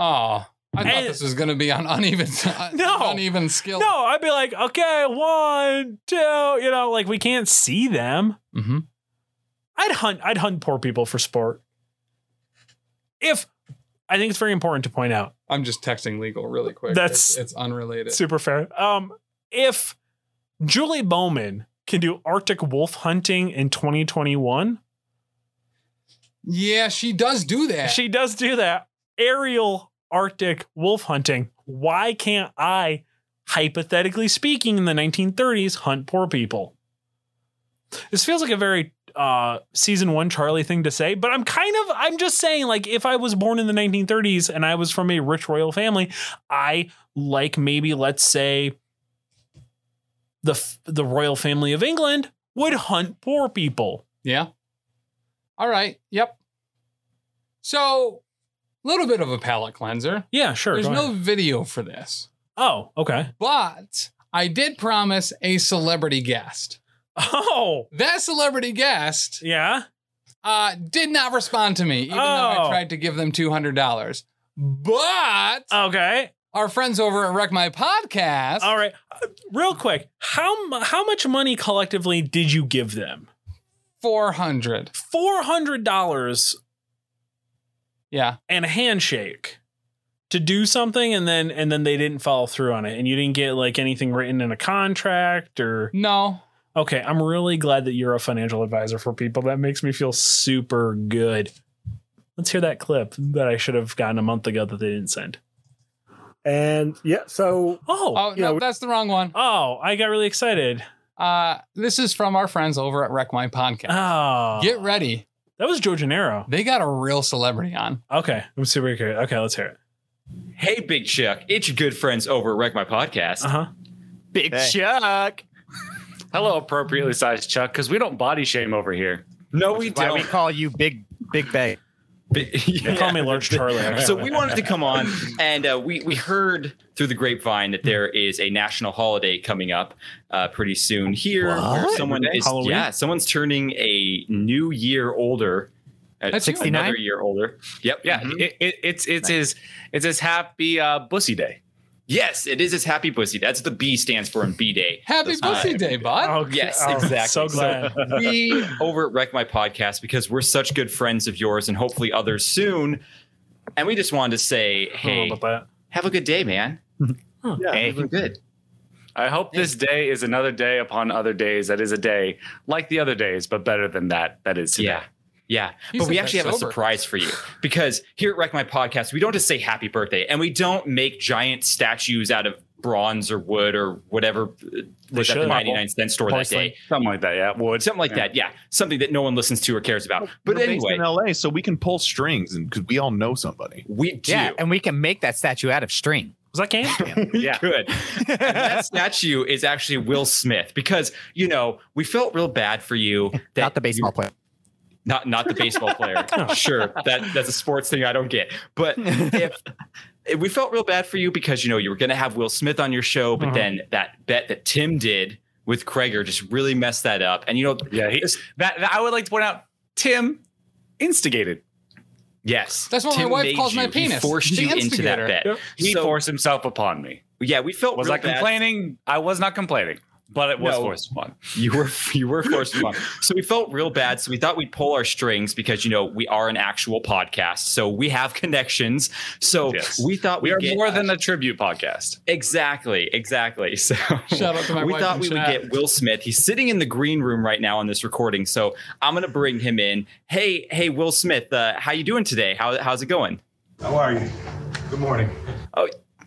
I thought And- this was gonna be on uneven, No. uneven skill. No, I'd be like, okay, one, two, you know, like we can't see them. Mm-hmm. I'd hunt I'd hunt poor people for sport. If I think it's very important to point out I'm just texting legal really quick. That's- it's, it's unrelated. Super fair. Um, if Julie Bowman can do Arctic wolf hunting in 2021, yeah, she does do that. she does do that. Aerial Arctic wolf hunting. Why can't I, hypothetically speaking, in the 1930s, hunt poor people? This feels like a very uh, season one Charlie thing to say, but I'm kind of, I'm just saying, like, if I was born in the 1930s and I was from a rich royal family, I like maybe, let's say, the f- the royal family of England would hunt poor people. Yeah. All right. Yep. So, a little bit of a palate cleanser. Yeah, sure. There's go no ahead. video for this, Oh, okay. but I did promise a celebrity guest. Oh, That celebrity guest yeah. uh, did not respond to me, even though I Oh. tried to give them $200. But Okay. our friends over at Wreck My Podcast, All right. Uh, Real quick, how mu- how much money collectively did you give them? 400 Four hundred dollars Yeah. and a handshake to do something, and then and then they didn't follow through on it, and you didn't get like anything written in a contract or. No. Okay, I'm really glad that you're a financial advisor for people. That makes me feel super good. Let's hear that clip that I should have gotten a month ago that they didn't send. And yeah, so Oh, Oh, Yeah, no, we- that's the wrong one. oh, I got really excited. Uh, this is from our friends over at Wreck My Podcast. Oh, Get ready. that was Joe Gennaro. They got a real celebrity on. Okay, I'm super curious. Okay, let's hear it. Hey, Big Chuck. It's your good friends over at Wreck My Podcast. Uh Uh-huh. huh. Big Hey. Chuck. Hello, appropriately sized Chuck, because we don't body shame over here. No, we Why don't. we call you Big Big Bang? Yeah. Call me Large Charlie. so we wanted to come on, and uh, we we heard through the grapevine that there is a national holiday coming up uh, pretty soon here. where What? Someone is Halloween? yeah, someone's turning a new year older. Uh, That's you. Another year older. Yep. Yeah, Yeah. it, it, it's it's his it's his happy uh, bussy day. Yes, it is his happy pussy. That's what the B stands for in B Day. Happy Uh, Pussy Day, bud. Oh, Yes, oh, exactly. So glad. we over at Wreck My Podcast because we're such good friends of yours and hopefully others soon. And we just wanted to I say, don't know Oh, hey, about that. have a good day, man. yeah, Hey, good. I hope this day is another day upon other days. That is a day like the other days, but better than that. That is today. Yeah. Yeah. He's but we like actually have a sober. surprise for you because here at Wreck My Podcast, we don't just say happy birthday and we don't make giant statues out of bronze or wood or whatever uh, was at the should. 99 cent store that Porcelain. day. something like that. Yeah, wood, Something like that. Yeah. Something that no one listens to or cares about. But We're based anyway, in LA, so we can pull strings and because we all know somebody. we do. Yeah, and we can make that statue out of string. Was that game? Yeah. Good. And that statue is actually Will Smith because you know we felt real bad for you. That Not the baseball player. Not not the baseball player. sure, that that's a sports thing I don't get. But if, if we felt real bad for you because you know you were going to have Will Smith on your show, but Uh-huh. Mhm. then that bet that Tim did with Kreger just really messed that up. And you know, Yeah, he, that, that- I would like to point out. Tim instigated. yes, That's what my Tim wife made calls my you. He penis. forced The you into that instigator. bet. He So- forced himself upon me. Yeah, we felt Was real I bad. complaining? I was not complaining, but it was No. forced upon. You were you were forced to. So we felt real bad. So we thought we'd pull our strings because you know we are an actual podcast, so we have connections. So Yes. we thought We we'd are get- more than a tribute podcast. exactly, exactly. So Shout out to my we wife thought in we would chat. get Will Smith. He's sitting in the green room right now on this recording. So I'm gonna bring him in. Hey, hey, Will Smith, uh, how you doing today? How, how's it going? How are you? Good morning.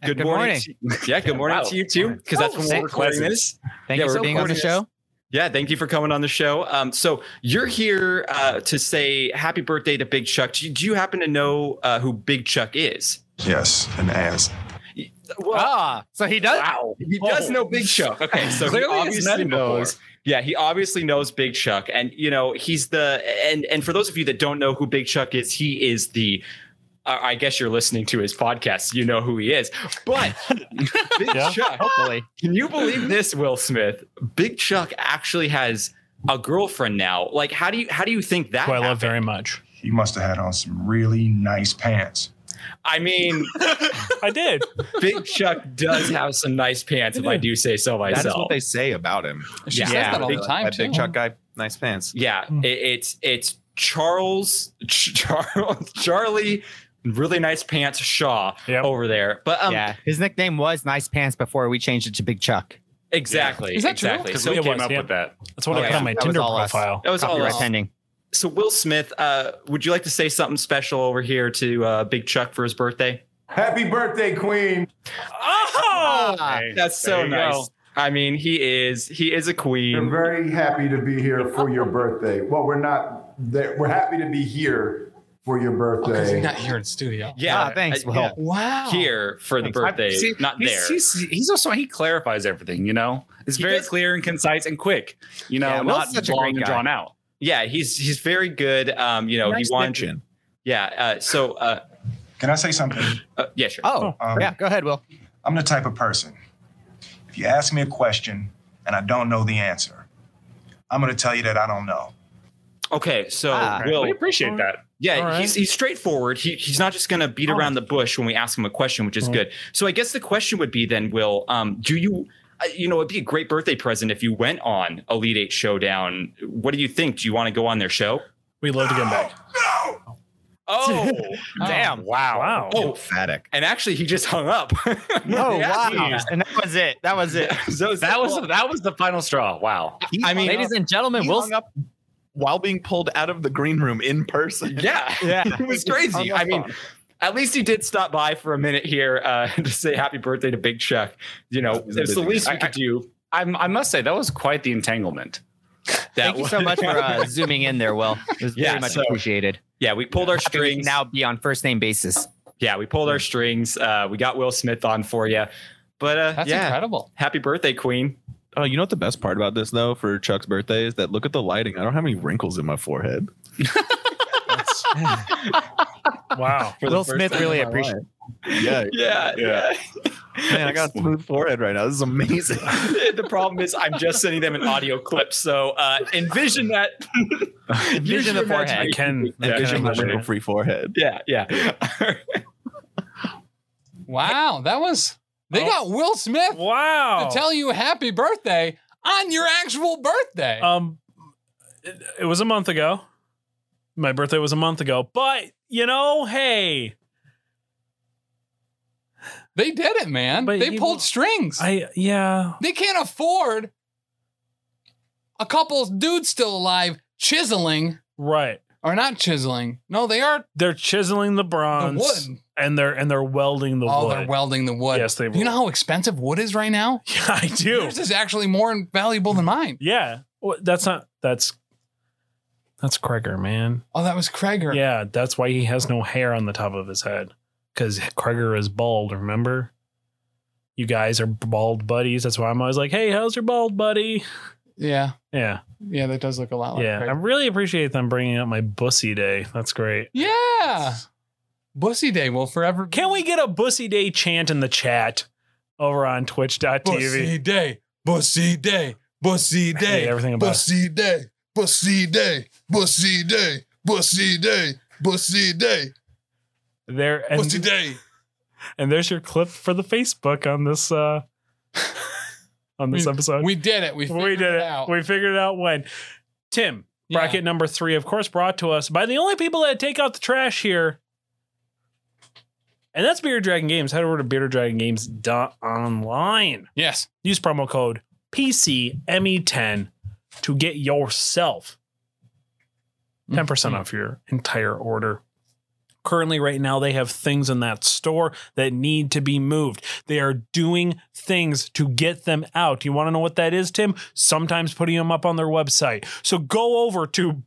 Good, Good to- yeah, good morning Wow. Oh, to you too, because that's when Thank- we're recording this. Thank Yeah, you we're for being on the recording show. Yeah, thank you for coming on the show. Um, so you're here uh, to say happy birthday to Big Chuck. Do you, do you happen to know uh, who Big Chuck is? Yes, an ass. Ah, so he does. Wow. He does know Big Chuck. Okay, so he Oh. Clearly it's obviously nothing before. knows. Yeah, he obviously knows Big Chuck, and you know he's the and and for those of you that don't know who Big Chuck is, he is the. I I guess you're listening to his podcast. You know who he is, but Big Yeah. Chuck. Hopefully, Can you believe this, Will Smith? Big Chuck actually has a girlfriend now. Like, how do you how do you think that? Who I love happened? very much. You must have had on some really nice pants. I mean, I did. Big Chuck does have some nice pants, if I do say so That is myself. what they say about him. She Yeah. says Yeah. that all the time, that too. big Chuck guy, nice pants. yeah, it, it's it's Charles Ch- Charles Charlie, really nice pants Shaw Yep. over there. But um, yeah. His nickname was Nice Pants before we changed it to Big Chuck. exactly, Is that true? exactly. Because So we it came was, up yeah. with that. That's what Oh, I put yeah. on my That was Tinder all us. profile. that was all. Copyright us. pending. So Will Smith, uh, would you like to say something special over here to uh, Big Chuck for his birthday? Happy birthday, Queen. Oh, Ah, that's so There you go. nice. I mean, he is he is a I'm queen. very happy to be here for your birthday. Well, we're not. There. We're happy to be here for your birthday. not here in studio. Yeah, thanks, I- Will. Wow. Here for the birthday, See, not he's, there. He's, he's also he clarifies everything. You know, it's very clear and concise and quick. You know, Yeah, Will's not such a long great and guy. drawn out. yeah, he's he's very good. Um, you know, Nice he wanted. mention. Yeah. Uh, so. Uh, Can I say something? Uh, yeah, sure. Oh. yeah, Oh, go ahead, Will. I'm the type of person. If you ask me a question and I don't know the answer, I'm going to tell you that I don't know. Okay, so Ah. Okay. Will, We appreciate that. Yeah, All right. Oh. he's, he's straightforward. He, he's not just going to beat around the bush when we ask him a question, which is good. So I guess the question would be then, Will, um, do you, uh, you know, it'd be a great birthday present if you went on Elite Eight Showdown. What do you think? Do you want to go on their show? We'd love to get back. Oh, Damn. Wow. Wow. Oh, emphatic. And actually, he just hung up. Oh Yeah. wow! And that was it. That was it. that was that was the final straw. Wow. I mean, ladies and gentlemen, he Will. hung up while being pulled out of the green room in person. Yeah. Yeah. it was crazy. I mean, at least he did stop by for a minute here uh, to say happy birthday to Big Chuck. You know, a it's the busy least guy. we could do. I'm, I must say that was quite the entanglement. Thank you so much for uh, zooming in there, Will. It was Yeah, very much so- appreciated. Yeah, we pulled our Happy we can strings. now be on first name basis. yeah, we pulled our strings. Uh, we got Will Smith on for you. But uh, That's yeah, incredible. Happy birthday, Queen. Oh, you know what the best part about this though for Chuck's birthday is that look at the lighting. I don't have any wrinkles in my forehead. Wow. For the Will first Smith time really in my appreciates. Yeah. Yeah, yeah. Man, I got a smooth forehead right now. This is amazing. the problem is, I'm just sending them an audio clip. So uh, envision that. Use Envision your the forehead. I can. I Envision can my imagine wrinkle it. free forehead. Yeah, yeah. Wow, that was they got Will Smith Wow. to tell you happy birthday on your actual birthday. Um, it, it was a month ago. My birthday was a month ago, but you know, hey, they did it, man. But They you- pulled strings. I yeah. they can't afford a couple dudes still alive chiseling Right. or not chiseling. No, they are. They're chiseling the bronze wood. and they're and they're welding the Oh, wood. they're welding the wood. Yes, they You know how expensive wood is right now? Yeah, I do. Yours is actually more valuable than mine. Yeah. Well, that's not that's that's Kreger, man. Oh, that was Kreger. Yeah, that's why he has no hair on the top of his head. Because Kreger is bald, remember? You guys are bald buddies. That's why I'm always like, hey, how's your bald buddy? Yeah. Yeah. Yeah, that does look a lot like Yeah. I Kreger. really appreciate them bringing up my bussy day. That's great. Yeah. Bussy Day will forever be Can we get a bussy day chant in the chat over on twitch.tv? Bussy Day. Bussy Day. Bussy hate Day. everything about it. Bussy Day. Bussy Day. Bussy Day. Bussy Day. Bussy Day. There and, Bussy Day. and there's your clip for the Facebook on this uh on this We- episode. We did it. We, we did it. out. We figured it out when. Tim, Yeah. bracket number three, of course, brought to us by the only people that take out the trash here. And that's Bearded Dragon Games. Head over to beardeddragongames.online. Yes. Use promo code PCME10 E to get yourself 10% percent off your entire order. Currently, right now, they have things in that store that need to be moved. They are doing things to get them out. You want to know what that is, Tim? Sometimes putting them up on their website. So go over to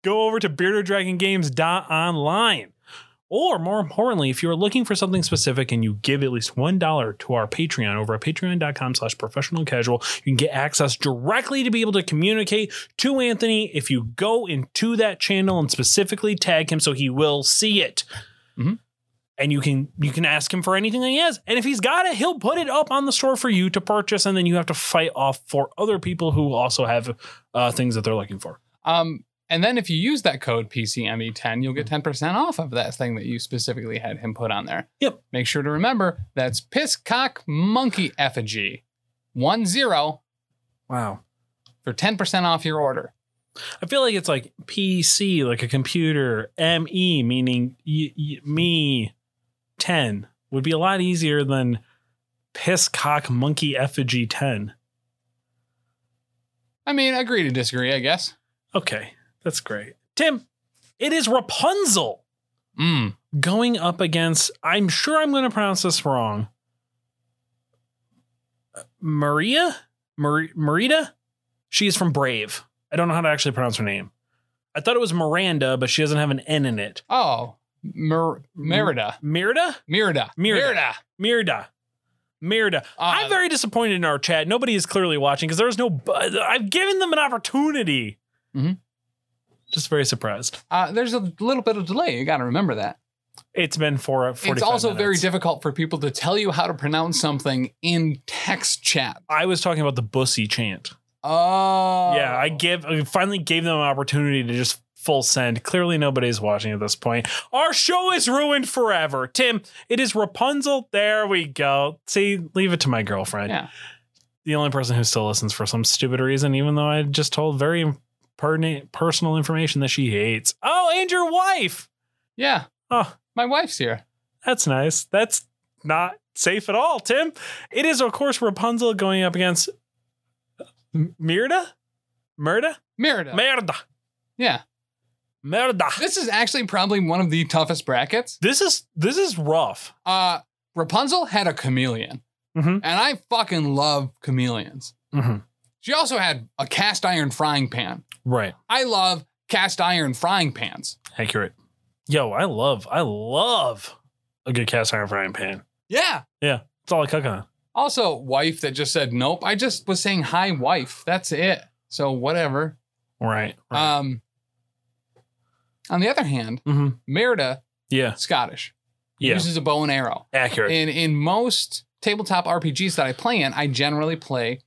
go over to beardeddragongames.online. Or more importantly, if you're looking for something specific and you give at least $1 to our Patreon over at patreon.com slash professional casual, you can get access directly to be able to communicate to Anthony if you go into that channel and specifically tag him so he will see it. Mhm. And you can you can ask him for anything that he has. And if he's got it, he'll put it up on the store for you to purchase, and then you have to fight off for other people who also have uh, things that they're looking for. Um, and then if you use that code PCME10, E you'll get 10% off of that thing that you specifically had him put on there. Yep. Make sure to remember that's Pisscock Monkey Effigy. One zero Wow. for 10% off your order. I feel like it's like PC, like a computer, ME, meaning y- y- me 10, would be a lot easier than piss cock monkey effigy 10. I mean, agree to disagree, I guess. Okay, that's great. Tim, it is Rapunzel. Mm. going up against, I'm sure I'm going to pronounce this wrong. Maria? Mar- Marita? She is from Brave. I don't know how to actually pronounce her name. I thought it was Miranda, but she doesn't have an N in it. Oh, Mer- Merida. Merida? Merida. Uh, Merida. Merida. Merida. I'm very disappointed in our chat. Nobody is clearly watching because there's no. bu- I've given them an opportunity. Mm-hmm. Just very surprised. Uh, there's a little bit of delay. You got to remember that. It's been four. 45 It's also minutes. very difficult for people to tell you how to pronounce something in text chat. I was talking about the bussy chant. Oh. Yeah, I give I finally gave them an opportunity to just full send. Clearly nobody's watching at this point. Our show is ruined forever. Tim, it is Rapunzel. There we go. See, leave it to my girlfriend. Yeah. The only person who still listens for some stupid reason, even though I just told very pertinent personal information that she hates. Oh, and your wife. Yeah. Oh. My wife's here. That's nice. That's not safe at all, Tim. It is, of course, Rapunzel going up against M- Myrda? Myrda? Merida. Merda. Yeah. Merda. This is actually probably one of the toughest brackets. This is this is rough. Uh Rapunzel had a chameleon. Mm-hmm. And I fucking love chameleons. She also had a cast iron frying pan. Right. I love cast iron frying pans. Accurate. Yo, I love, I love a good cast iron frying pan. Yeah. Yeah. It's all I cook on. Also, wife that just said nope. I just was saying hi, wife. That's it. So whatever. Right. Um. On the other hand, Merida, yeah, Scottish, Yeah. uses a bow and arrow. Accurate. In in most tabletop RPGs that I play in, I generally play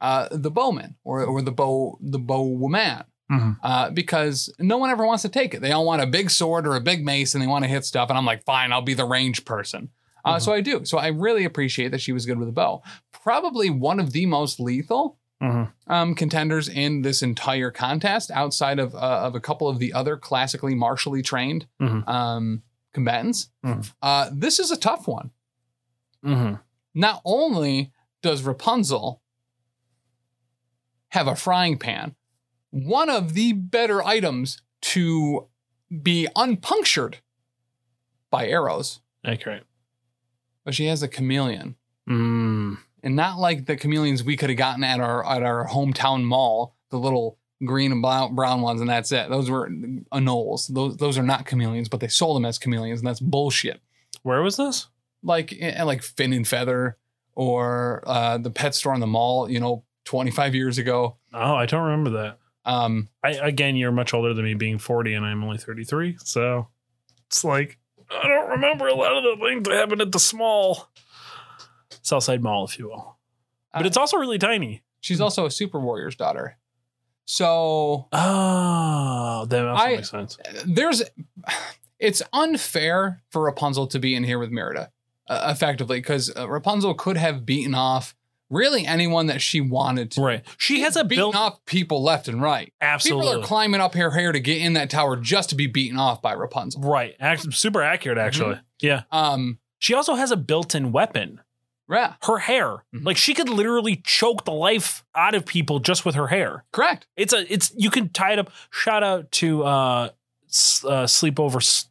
uh, the bowman or or the bow the bowwoman. Mhm. Uh, because no one ever wants to take it. They all want a big sword or a big mace and they want to hit stuff. And I'm like, fine, I'll be the range person. Uh, So I do. So I really appreciate that she was good with a bow. Probably one of the most lethal um, contenders in this entire contest, outside of uh, of a couple of the other classically martially trained Mhm. um, combatants. Uh, this is a tough one. Mm-hmm. Not only does Rapunzel have a frying pan, one of the better items to be unpunctured by arrows, Accurate. but she has a chameleon. Mm. and not like the chameleons we could have gotten at our at our hometown mall, the little green and blau- brown ones, and that's it. Those were uh, anoles. Those those are not chameleons, but they sold them as chameleons, and that's bullshit. Where was this? Like eh, like Fin and Feather or uh, the pet store on the mall. You know, twenty five years ago. Oh, I don't remember that. Um, I again, you're much older than me, being 40, and I'm only 33. So it's like I don't remember a lot of the things that happened at the small Southside Mall, if you will. But it's also really tiny. She's also a super warrior's daughter. So Oh, that also I- makes sense. there's it's unfair for Rapunzel to be in here with Merida uh, effectively because uh, Rapunzel could have beaten off really anyone that she wanted to. Right. She has a beaten off people left and right. People Absolutely. are climbing up her hair to get in that tower just to be beaten off by Rapunzel. Right. Act- super accurate, actually. Yeah. Um. She also has a built-in weapon. Yeah. Her hair. Like she could literally choke the life out of people just with her hair. Correct. It's a. It's you can tie it up. Shout out to uh, s- uh sleepover s-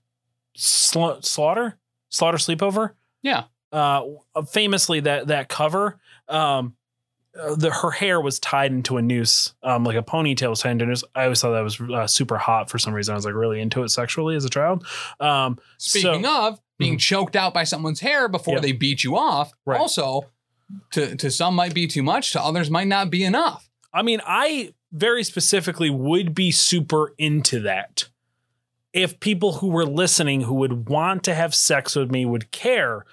sla- slaughter slaughter sleepover. Yeah. Uh, famously that that cover. Um. uh, The, her hair was tied into a noose, um, like a ponytail was tied into a noose. I always thought that was uh, super hot for some reason. I was like really into it sexually as a child. Um, Speaking so- mm-hmm. of being choked out by someone's hair before they beat you off, also to to some might be too much, to others might not be enough. I mean, I very specifically would be super into that if people who were listening who would want to have sex with me would care.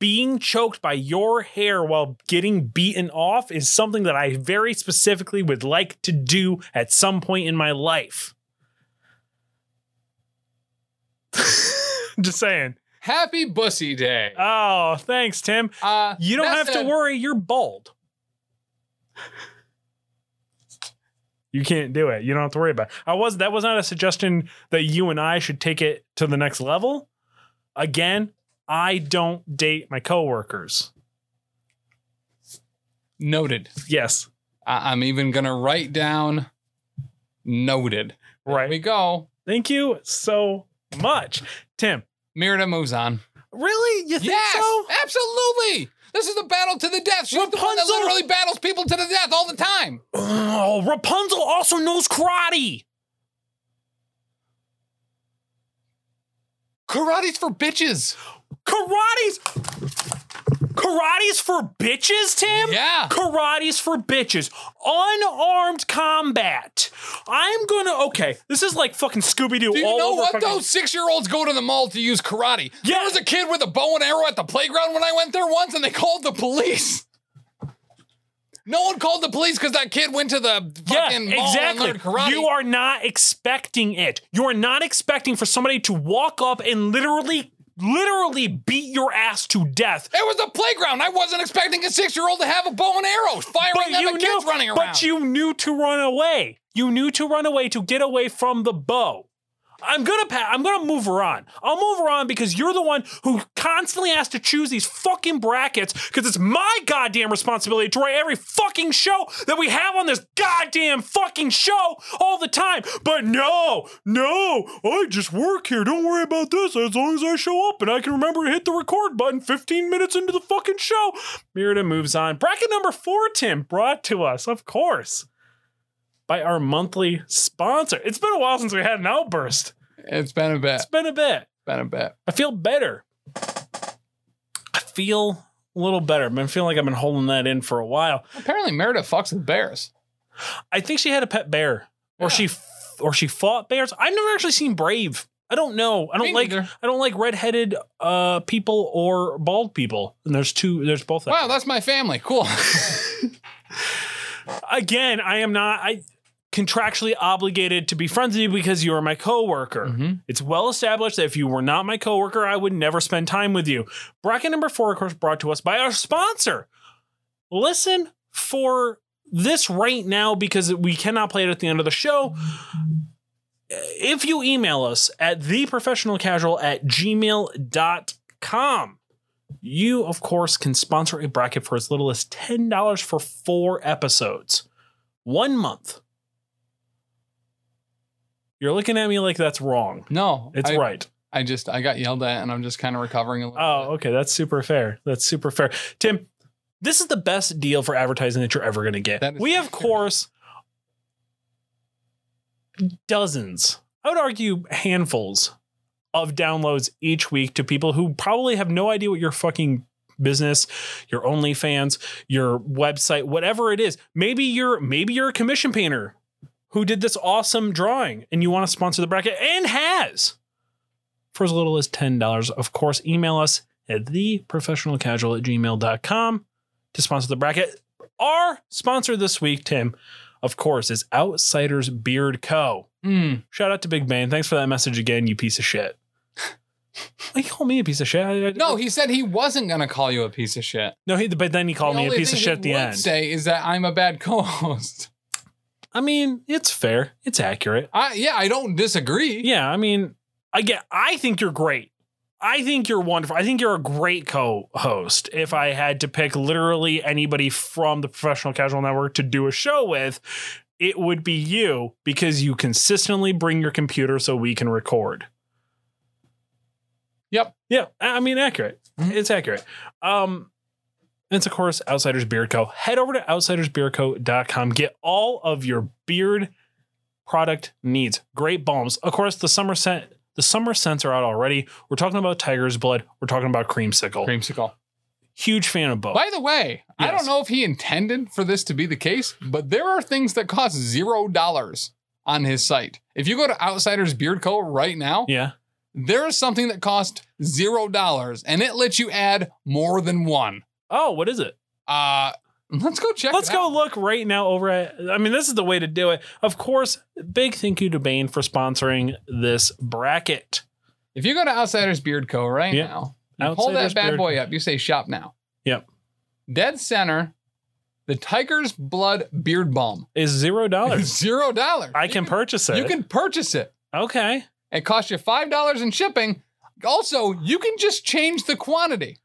Being choked by your hair while getting beaten off is something that I very specifically would like to do at some point in my life. Just saying. Happy Bussy Day. Oh, thanks, Tim. Uh, you don't that have to said- worry. You're bald. You can't do it. You don't have to worry about. It. I was that was not a suggestion that you and I should take it to the next level. Again, I don't date my coworkers. Noted. Yes. I- I'm even going to write down noted. Right. we go. Thank you so much. Tim. Mirada moves on. Really? You think yes, so? absolutely. This is the battle to the death. She's the one that Rapunzel- literally battles people to the death all the time. Oh, Rapunzel also knows karate. Karate's for bitches. Karate's Karate's for bitches, Tim? Yeah. Karate's for bitches. Unarmed combat. I'm gonna okay. This is like fucking Scooby Doo Do you all know over what? fucking- Those six year olds go to the mall to use karate. There was a kid with a bow and arrow at the playground when I went there once, and they called the police. No one called the police because that kid went to the fucking mall exactly. and learned karate. You are not expecting it. You are not expecting for somebody to walk up and literally, literally beat your ass to death. it was the playground. I wasn't expecting a six year old to have a bow and arrow firing at the kids running around. But you knew to run away. You knew to run away to get away from the bow. I'm gonna pa- I'm gonna move her on. I'll move her on because you're the one who constantly has to choose these fucking brackets because it's my goddamn responsibility to write every fucking show that we have on this goddamn fucking show all the time. But no, no, I just work here. Don't worry about this. As long as I show up and I can remember to hit the record button 15 minutes into the fucking show. Mirada moves on. Bracket number four, Tim, brought to us, of course by our monthly sponsor. It's been a while since we had an outburst. It's been a bit. It's been a bit. Been a bit. I feel better. I feel a little better. I've been feeling like I've been holding that in for a while. Apparently, Merida fucks with bears. I think she had a pet bear, or she, f- or she fought bears. I've never actually seen Brave. I don't know. I don't Me like. neither. I don't like redheaded uh, people or bald people. And there's two. There's both. Of them. Wow, that's my family. Cool. again, I am not I contractually obligated to be friends with you because you are my coworker. Mm-hmm. It's well established that if you were not my coworker, I would never spend time with you. Bracket number four, of course, brought to us by our sponsor. Listen for this right now because we cannot play it at the end of the show. If you email us at theprofessionalcasual at gmail.com, you, of course, can sponsor a bracket for as little as $10 for four episodes. One month. You're looking at me like that's wrong. No, It's I- right. I just I got yelled at, and I'm just kind of recovering a little. Oh, okay. That's super fair. That's super fair. Tim, this is the best deal for advertising that you're ever going to get. We, of course, dozens, I would argue handfuls of downloads each week to people who probably have no idea what your fucking business, your OnlyFans, your website, whatever it is. Maybe you're maybe you're a commission painter who did this awesome drawing and you want to sponsor the bracket and has for as little as $10. Of course, email us at theprofessionalcasual at gmail.com to sponsor the bracket. Our sponsor this week, Tim, of course, is Outsiders Beard Co. Hmm. Shout out to Big Bane. Thanks for that message again, you piece of shit. He called me a piece of shit. I- I- No, he said he wasn't gonna call you a piece of shit. no, he, but then he called me a only piece of thing shit at the he would end. Say is that I'm a bad co-host. I mean, it's fair. It's accurate. I, yeah, I don't disagree. Yeah, I mean, I get. I think you're great. I think you're wonderful. I think you're a great co-host. If I had to pick literally anybody from the Professional Casual Network to do a show with, it would be you because you consistently bring your computer so we can record. Yep. Yeah. I I mean, accurate. It's accurate. Um, it's of course Outsiders Beard Co. Head over to outsidersbeardco.com. Get all of your beard product needs. Great balms. Of course, the summer scent. The summer scents are out already. We're talking about Tiger's Blood. We're talking about Creamsicle. Creamsicle. Huge fan of both. By the way, I Yes. don't know if he intended for this to be the case, but there are things that cost zero dollars on his site. If you go to Outsiders Beard Co. right now, yeah, there is something that cost zero dollars, and it lets you add more than one. Oh, what is it? Uh let's go check. Let's go look right now over at. I mean, this is the way to do it. Of course, big thank you to Bain for sponsoring this bracket. If you go to Outsiders Beard Co. right Yeah. now, you pull Outsiders that bad Beard boy up. You say shop now. Yep. Dead center, the Tiger's Blood Beard Balm. Is zero dollars. zero dollars. Oh. I can purchase it. You can purchase it. Okay. It costs you five dollars in shipping. Also, you can just change the quantity.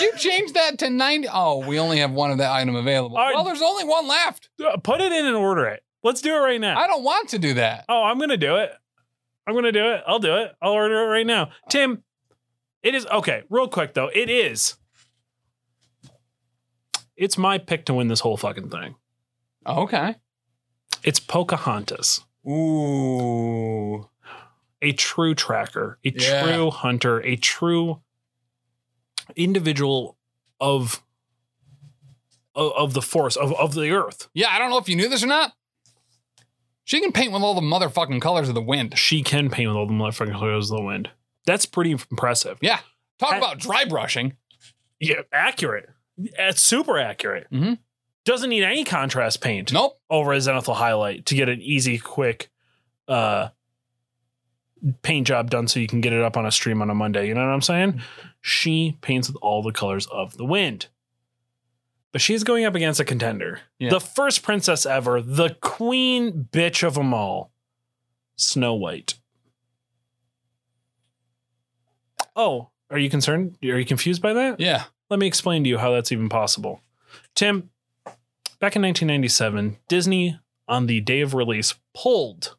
you change that to 90, oh, we only have one of that item available. All right. well, there's only one left. Uh, Put it in and order it. Let's do it right now. I don't want to do that. Oh, I'm gonna do it. I'm gonna do it. I'll do it. I'll order it right now. Tim, it is okay. Real quick though, it is. It's my pick to win this whole fucking thing. Okay. It's Pocahontas. Ooh. A true tracker, a Yeah. true hunter, a true individual of of, of the force of, of the earth. Yeah, I don't know if you knew this or not. She can paint with all the motherfucking colors of the wind. She can paint with all the motherfucking colors of the wind. That's pretty impressive. Yeah. Talk about dry brushing. Yeah, accurate. It's super accurate. Mm-hmm. Doesn't need any contrast paint. Nope. Over a zenithal highlight to get an easy, quick uh, paint job done so you can get it up on a stream on a Monday. You know what I'm Mm-hmm. saying? She paints with all the colors of the wind. But she's going up against a contender. Yeah. The first princess ever, the queen bitch of them all, Snow White. Oh, are you concerned? Are you confused by that? Yeah. Let me explain to you how that's even possible. Tim, back in 1997, Disney, on the day of release, pulled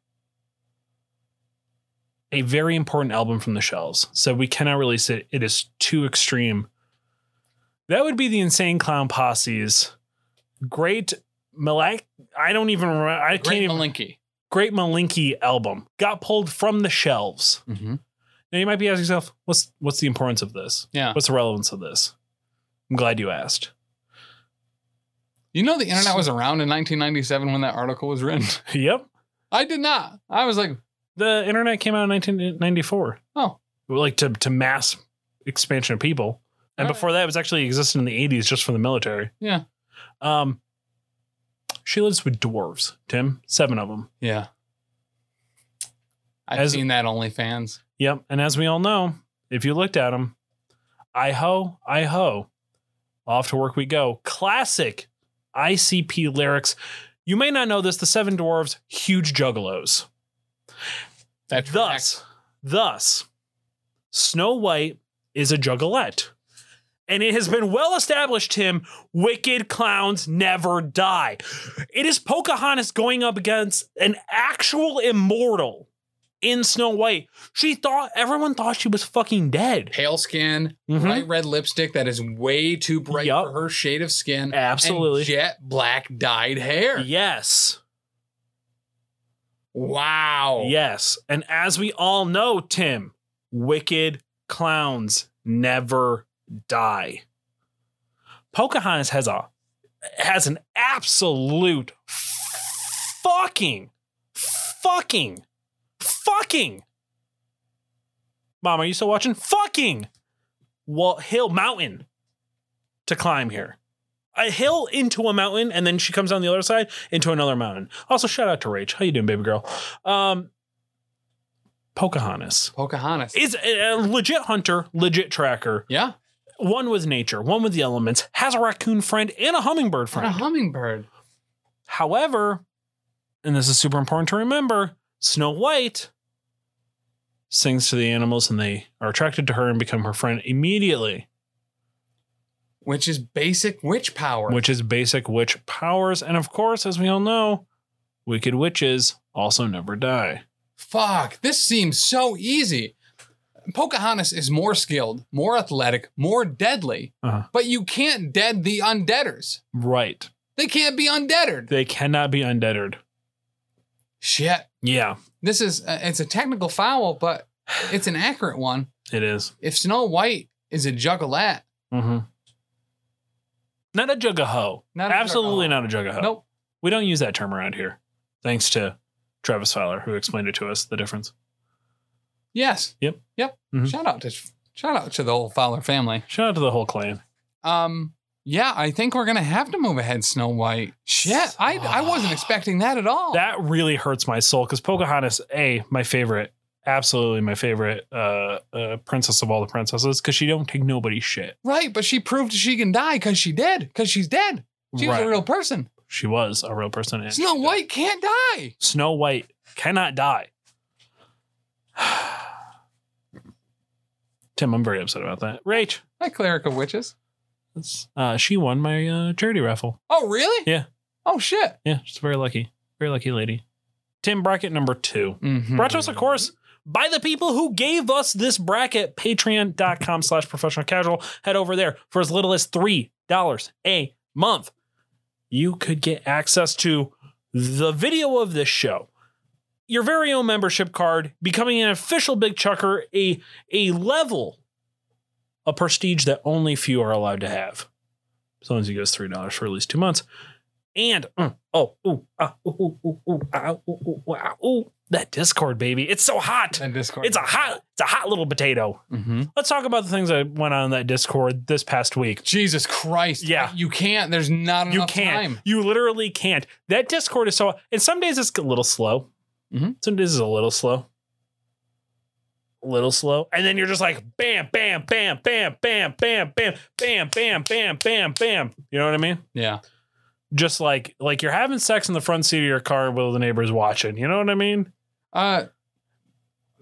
a very important album from the shelves. So we cannot release it. It is too extreme. That would be the Insane Clown Posse's Great Malak. I don't even remember. I can't Great even. Malinke. Great Malinke album got pulled from the shelves. Mm-hmm. Now you might be asking yourself, what's what's the importance of this? Yeah. What's the relevance of this? I'm glad you asked. You know the internet was around in 1997 when that article was written. Yep. I did not. I was like, The internet came out in 1994. Oh. Like to to mass expansion of people. And All right. before that it was actually existed in the 80s just for the military. yeah, Um she lives with dwarves, Tim, seven of them. yeah. I've As- seen that OnlyFans. Yep. And as we all know, if you looked at them, I ho, I ho, off to work we go. Classic ICP lyrics. You may not know this. The Seven Dwarves, huge juggalos. That's thus, thus, Snow White is a juggalette. And it has been well established, Tim, wicked clowns never die. It is Pocahontas going up against an actual immortal in Snow White. She thought everyone thought she was fucking dead. Pale skin, Mm-hmm. bright red lipstick that is way too bright for her shade of skin. Absolutely. And jet black dyed hair. Yes. Wow. Yes. And as we all know, Tim, wicked clowns never die. Pocahontas has a has an absolute fucking fucking fucking Mom, are you still watching? Fucking well, hill mountain to climb here. A hill into a mountain, and then she comes down the other side into another mountain. Also, shout out to Rach. How you doing, baby girl? Um, Pocahontas Pocahontas. is a, a legit hunter, legit tracker. Yeah. One with nature, one with the elements, has a raccoon friend and a hummingbird What a friend. hummingbird. However, and this is super important to remember, Snow White sings to the animals and they are attracted to her and become her friend immediately. Which is basic witch power. which is basic witch powers. And of course, as we all know, wicked witches also never die. Fuck, this seems so easy. Pocahontas is more skilled, more athletic, more deadly, Uh-huh. but you can't dead the undeaders. Right. They can't be undeadered. They cannot be undeaded. Shit. Yeah, This is uh, it's a technical foul, but it's an accurate one. it is. If Snow White is a juggalette, Mm-hmm. Not a jug of hoe. Not a Absolutely not a jug of hoe. nope. We don't use that term around here. Thanks to Travis Fowler, who explained it to us the difference. Yes. Yep. Yep. Mhm. Shout out to shout out to the whole Fowler family. Shout out to the whole clan. Um yeah, I think we're gonna have to move ahead, Snow White. Shit, I I wasn't expecting that at all. Ah. That really hurts my soul because Pocahontas, A, my favorite, absolutely my favorite uh, uh, princess of all the princesses because she don't take nobody's shit. Right, but she proved she can die because she did, because she's dead. She was Right. a real person. She was a real person. and Snow White can't die. Snow White cannot die. Tim, I'm very upset about that. Rach, Hi, cleric of witches. uh, she won my uh, charity raffle. Oh, really? Yeah. Oh shit. Yeah, she's very lucky. Very lucky lady. Tim bracket number two. Mm-hmm. Bratos, of course, by the people who gave us this bracket, patreon.com slash professional casual. Head over there for as little as $3 a month. You could get access to the video of this show, your very own membership card, becoming an official Big Chucker, a, a level, a prestige that only few are allowed to have. As long as you give us $3 for at least two months. And mm, oh, ooh, ah, ooh, ooh, ooh, ooh, ah, ooh, ooh, ooh, ah, ooh, that Discord baby, it's so hot. That Discord, it's a hot, it's a hot little potato. Mm-hmm. Let's talk about the things that went on in that Discord this past week. Jesus Christ! Yeah, you can't. There's not you enough can't. time. You literally can't. That Discord is so. And some days it's a little slow. Some days it's a little slow. A little slow, and then you're just like bam, bam, bam, bam, bam, bam, bam, bam, bam, bam, bam, bam. You know what I mean? Yeah. just like like you're having sex in the front seat of your car while the neighbor's watching. You know what I mean? Uh,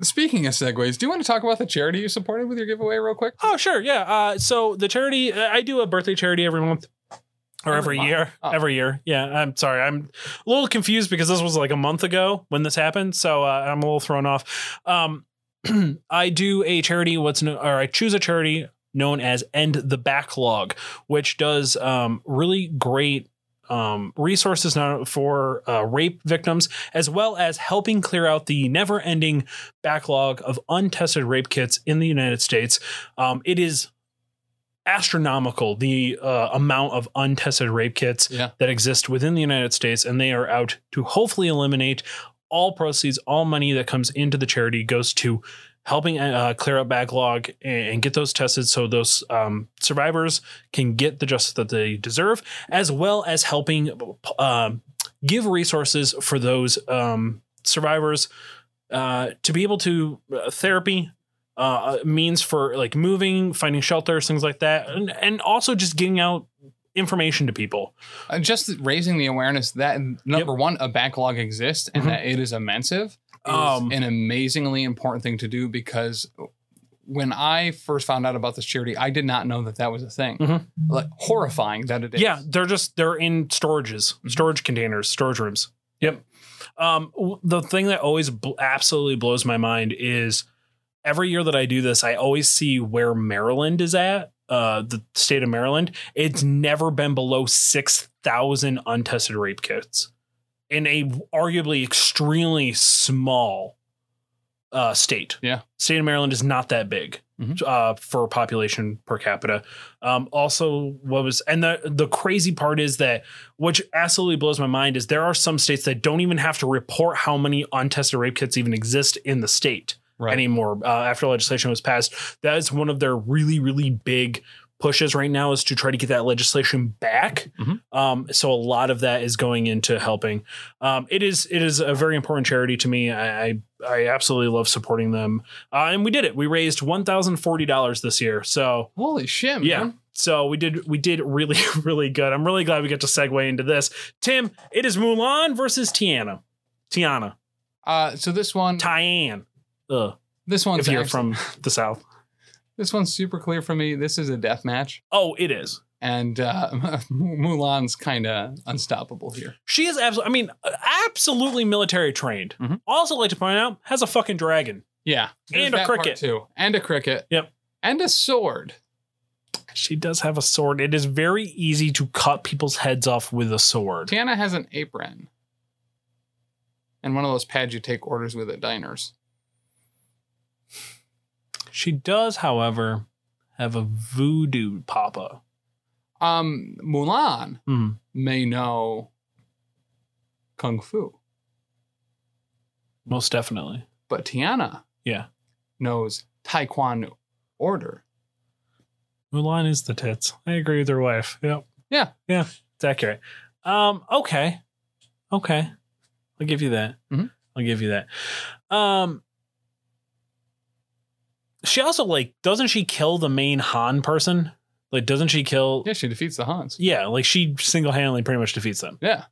speaking of segues, do you want to talk about the charity you supported with your giveaway real quick? Oh, sure, yeah. Uh, so the charity uh, I do a birthday charity every month or every, year, every year. Yeah, I'm sorry, I'm a little confused because this was like a month ago when this happened, so uh, I'm a little thrown off. Um, I do a charity. What's no, or I choose a charity known as End the Backlog, which does um, really great um, resources now for uh, rape victims, as well as helping clear out the never ending backlog of untested rape kits in the United States. Um, it is astronomical the uh, amount of untested rape kits that exist within the United States, and they are out to hopefully eliminate all proceeds, all money that comes into the charity goes to helping uh, clear up backlog and, and get those tested so those um, survivors can get the justice that they deserve, as well as helping um, give resources for those um, survivors uh, to be able to uh, therapy uh, means for like moving, finding shelters, things like that, and, and also just getting out information to people. Uh, just raising the awareness that number one, a backlog exists and that it is immensive is Mm-hmm. Um, an amazingly important thing to do because when I first found out about this charity, I did not know that that was a thing. Like horrifying that it is. Mm-hmm. Yeah, they're just they're in storages, storage containers, storage rooms. Yep. Um, w- the thing that always bl- absolutely blows my mind is every year that I do this, I always see where Maryland is at. Uh, the state of Maryland, it's never been below six thousand untested rape kits in a arguably extremely small uh, state. Yeah, state of Maryland is not that big uh, for population per capita. Um, also, what was and the the crazy part is that which absolutely blows my mind is there are some states that don't even have to report how many untested rape kits even exist in the state anymore. Uh, after legislation was passed, that is one of their really really big pushes right now is to try to get that legislation back. Um, so a lot of that is going into helping. Um, it is it is a very important charity to me. I I, I absolutely love supporting them. Uh, and we did it. We raised one thousand forty dollars this year. So holy shit, yeah. So we did we did really really good. I'm really glad we get to segue into this. Tim, it is Mulan versus Tiana. Tiana. Uh, so this one, Tyann. Ugh. This one's if you're actually- from the south. This one's super clear for me. This is a death match. Oh, it is. And uh, Mulan's kind of unstoppable here. She is absolutely, I mean, uh, absolutely military trained. Also, like to point out, has a fucking dragon. Yeah, there's And a that part cricket. too, and a cricket. Yep, and a sword. She does have a sword. It is very easy to cut people's heads off with a sword. Tana has an apron and one of those pads you take orders with at diners. She does, however, have a voodoo papa. Um, Mulan Hmm. may know kung fu, Most definitely. but Tiana Yeah. knows taekwondo order. Mulan is the tits. I agree with her wife. Yep. Yeah. Yeah. It's accurate. Um, okay. Okay. I'll give you that. Mm-hmm. I'll give you that. Um She also like doesn't she kill the main Han person? Like doesn't she kill Yeah, she defeats the Hans. Yeah, like she single-handedly pretty much defeats them. Yeah.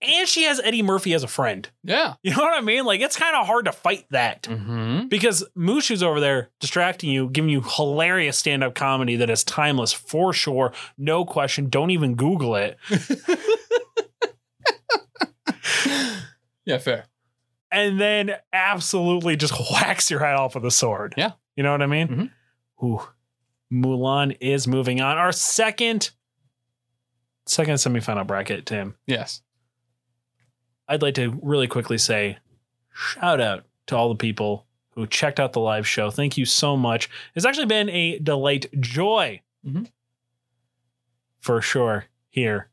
And she has Eddie Murphy as a friend. Yeah. You know what I mean? Like it's kind of hard to fight that because Mushu's over there distracting you, giving you hilarious stand-up comedy that is timeless for sure, no question. Don't even Google it. Yeah, fair. and then absolutely just whacks your head off with a sword. Yeah. You know what I mean? Ooh. Mulan is moving on. Our second second semifinal bracket, Tim. Yes. I'd like to really quickly say shout out to all the people who checked out the live show. Thank you so much. It's actually been a delight, joy for sure here.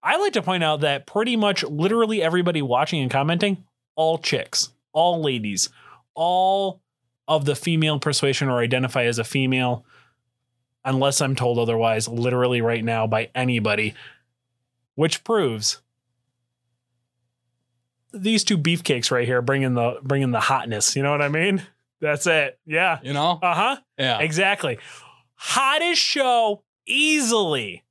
I like to point out that pretty much literally everybody watching and commenting, all chicks, all ladies, all of the female persuasion or identify as a female, unless I'm told otherwise, literally right now by anybody, which proves these two beefcakes right here bringing the bringing the hotness. You know what I mean? That's it. Yeah. You know? Uh huh. Yeah. Exactly. Hottest show easily.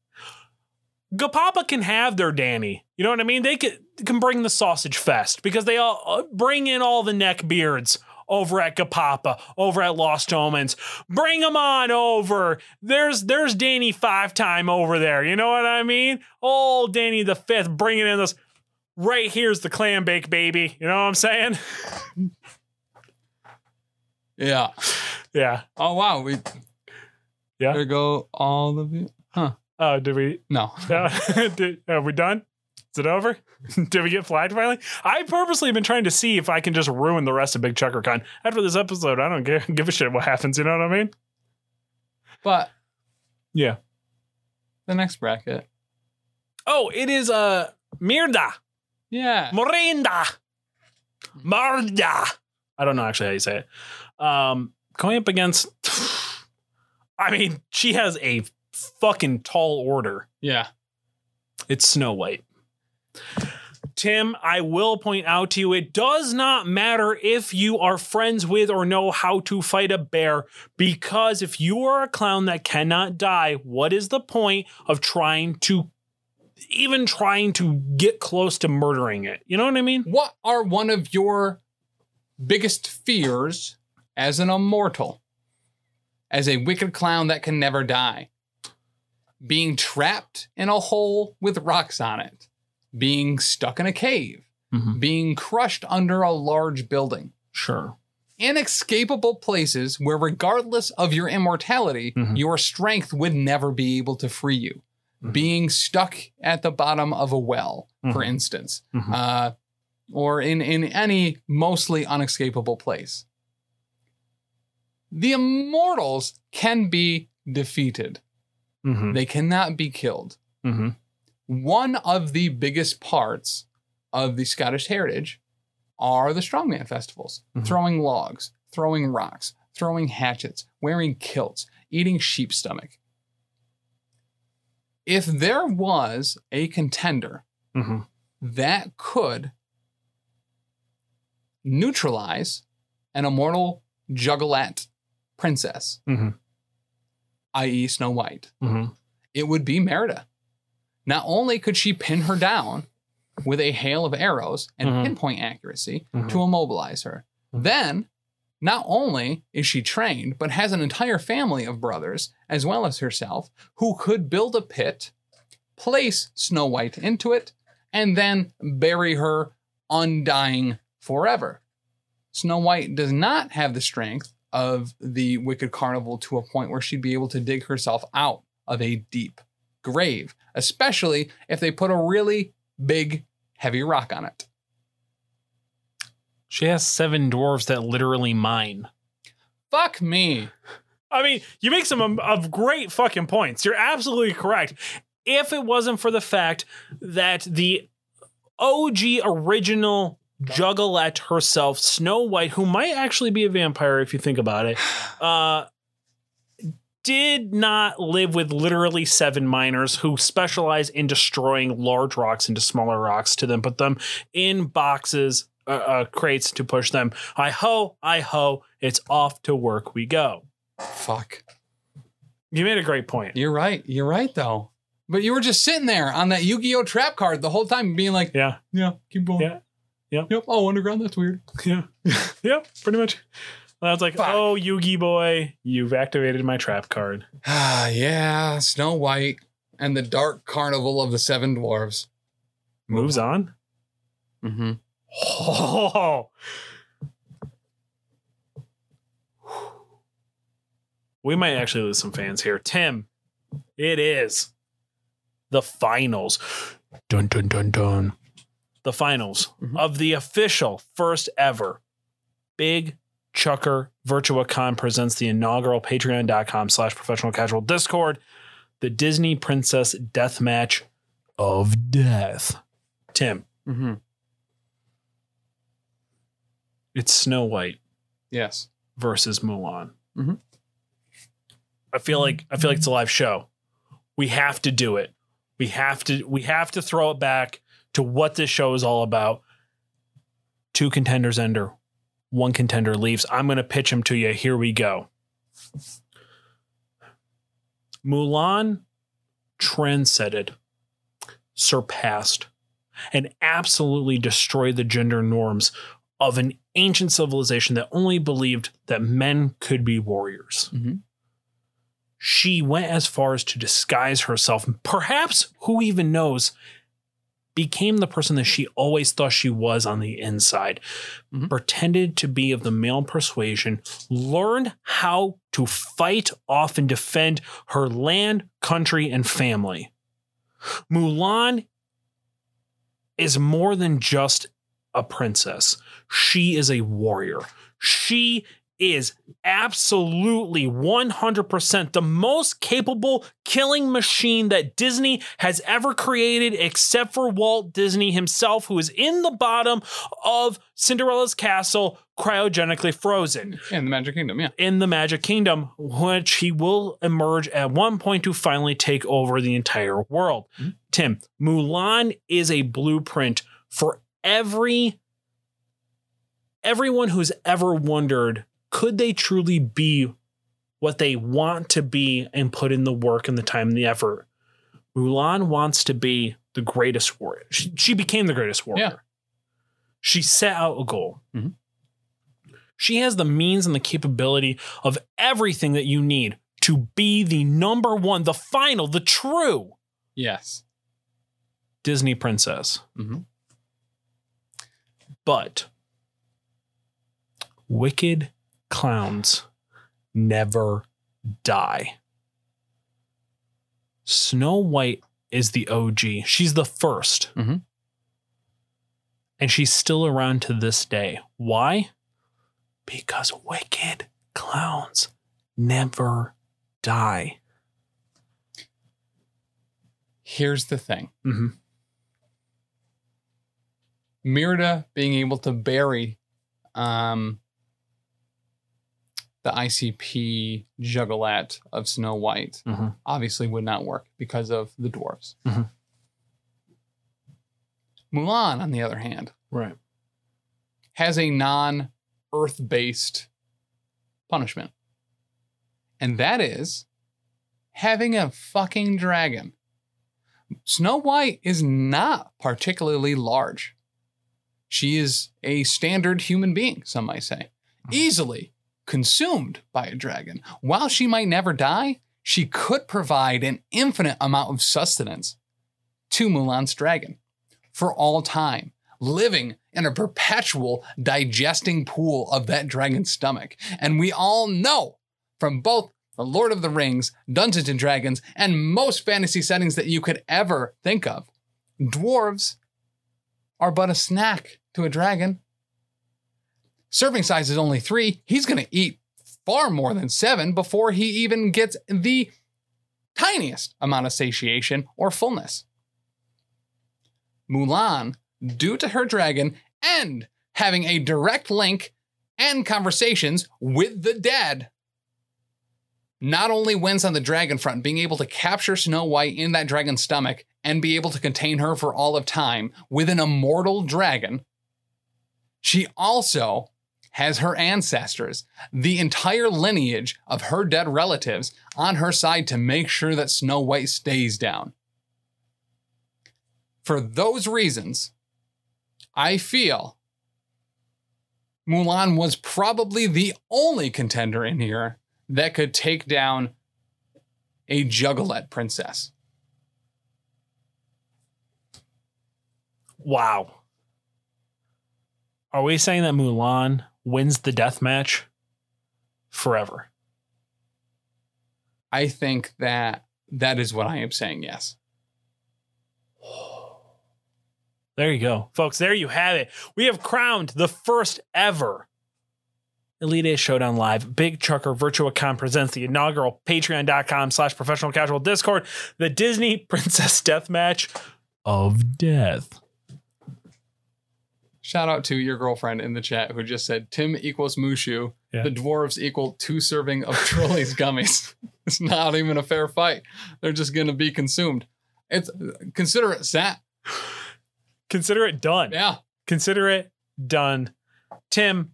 Gapapa can have their Danny. You know what I mean? They can, can bring the sausage fest because they all uh, bring in all the neck beards over at Gapapa, over at Lost Omens. Bring them on over. There's there's Danny five time over there. You know what I mean? Old Danny the fifth bringing in this. Right here's the clam bake baby. You know what I'm saying? Yeah. Yeah. Oh wow. We Yeah. There go all of you. Huh. Oh, did we? No. Uh, did, are we done? Is it over? did we get flagged finally? I purposely been trying to see if I can just ruin the rest of Big ChuckerCon. After this episode, I don't give, give a shit what happens. You know what I mean? But Yeah. the next bracket. Oh, it is uh Mirda. Yeah. Morinda. Marda. I don't know actually how you say it. Um going up against I mean, she has a fucking tall order. Yeah. It's Snow White. Tim, I will point out to you it does not matter if you are friends with or know how to fight a bear, because if you are a clown that cannot die, what is the point of trying to even trying to get close to murdering it? You know what I mean? What are one of your biggest fears as an immortal? As a wicked clown that can never die? Being trapped in a hole with rocks on it. Being stuck in a cave. Being crushed under a large building. Sure. Inescapable places where, regardless of your immortality, your strength would never be able to free you. Being stuck at the bottom of a well, for Mhm. instance. Mhm. Uh, or in, in any mostly unescapable place. The immortals can be defeated, Mm-hmm. they cannot be killed. Mm-hmm. One of the biggest parts of the Scottish heritage are the strongman festivals Mm-hmm. throwing logs, throwing rocks, throwing hatchets, wearing kilts, eating sheep stomach. If there was a contender Mm-hmm. that could neutralize an immortal juggalat princess, Mm-hmm. i.e., Snow White, Mm-hmm. it would be Merida. Not only could she pin her down with a hail of arrows and Mhm. pinpoint accuracy Mhm. to immobilize her, then not only is she trained, but has an entire family of brothers, as well as herself, who could build a pit, place Snow White into it, and then bury her undying forever. Snow White does not have the strength of the Wicked Carnival to a point where she'd be able to dig herself out of a deep grave, especially if they put a really big, heavy rock on it. She has seven dwarves that literally mine. Fuck me. I mean, you make some um, of great fucking points. You're absolutely correct. If it wasn't for the fact that the OG original Juggalette herself, Snow White, who might actually be a vampire if you think about it, uh, did not live with literally seven miners who specialize in destroying large rocks into smaller rocks to then put them in boxes, uh, uh, crates to push them. I ho, I ho, it's off to work we go. Fuck. You made a great point. You're right. You're right, though. But you were just sitting there on that Yu Gi Oh trap card the whole time, being like, Yeah. yeah, keep going. Yeah. Yep. Yep. Oh, underground. That's weird. Yeah. yep. Pretty much. And I was like, oh, Yugi boy, you've activated my trap card. Ah, yeah. Snow White and the Dark Carnival of the Seven Dwarves. Moves on. Mm-hmm. Oh. We might actually lose some fans here. Tim, it is the finals. Dun dun dun dun. The finals of the official first ever Big Chucker VirtuaCon presents the inaugural patreon.com slash professional casual discord, the Disney Princess Deathmatch of Death. Tim. Mm-hmm. It's Snow White Yes. versus Mulan. Mhm. I feel like I feel like it's a live show. We have to do it. We have to we have to throw it back to what this show is all about. Two contenders enter, one contender leaves. I'm going to pitch him to you. Here we go. Mulan transcended, surpassed, and absolutely destroyed the gender norms of an ancient civilization that only believed that men could be warriors. She went as far as to disguise herself. Perhaps, who even knows, became the person that she always thought she was on the inside, pretended to be of the male persuasion, learned how to fight off and defend her land, country, and family. Mulan is more than just a princess. She is a warrior. She is absolutely 100% the most capable killing machine that Disney has ever created, except for Walt Disney himself, who is in the bottom of Cinderella's castle, cryogenically frozen In the Magic Kingdom, yeah. in the Magic Kingdom, which he will emerge at one point to finally take over the entire world. Tim, Mulan is a blueprint for every everyone who's ever wondered could they truly be what they want to be and put in the work and the time and the effort. Mulan wants to be the greatest warrior. She, she became the greatest warrior. She set out a goal. She has the means and the capability of everything that you need to be the number one, the final, the true Yes. Disney princess. But wicked clowns never die. Snow White is the OG. She's the 1st And she's still around to this day. Why? Because wicked clowns never die. Here's the thing Mm-hmm. Mirda being able to bury um, the ICP juggalat of Snow White Mhm. obviously would not work because of the dwarves. Mhm. Mulan, on the other hand, Right. has a non earth based punishment. And that is having a fucking dragon. Snow White is not particularly large. She is a standard human being, some might say, easily consumed by a dragon. While she might never die, she could provide an infinite amount of sustenance to Mulan's dragon for all time, living in a perpetual digesting pool of that dragon's stomach. And we all know from both the Lord of the Rings, Dungeons and Dragons, and most fantasy settings that you could ever think of, dwarves are but a snack to a dragon. Serving size is only three. He's going to eat far more than seven before he even gets the tiniest amount of satiation or fullness. Mulan, due to her dragon and having a direct link and conversations with the dead, not only wins on the dragon front, being able to capture Snow White in that dragon's stomach and be able to contain her for all of time with an immortal dragon, she also has her ancestors, the entire lineage of her dead relatives, on her side to make sure that Snow White stays down. For those reasons, I feel Mulan was probably the only contender in here that could take down a Juggalette princess. Wow. Are we saying that Mulan wins the death match forever? I think that that is what I am saying. Yes. There you go, folks. There you have it. We have crowned the first ever Elite Eight Showdown Live. Big Trucker VirtuaCon presents the inaugural Patreon.com slash Professional Casual Discord, the Disney Princess Death Match of Death. Shout out to your girlfriend in the chat who just said Tim equals Mushu. Yeah. The dwarves equal two serving of Trolley's gummies. It's not even a fair fight. They're just gonna be consumed. It's consider it sat. Consider it done. Yeah. Consider it done. Tim,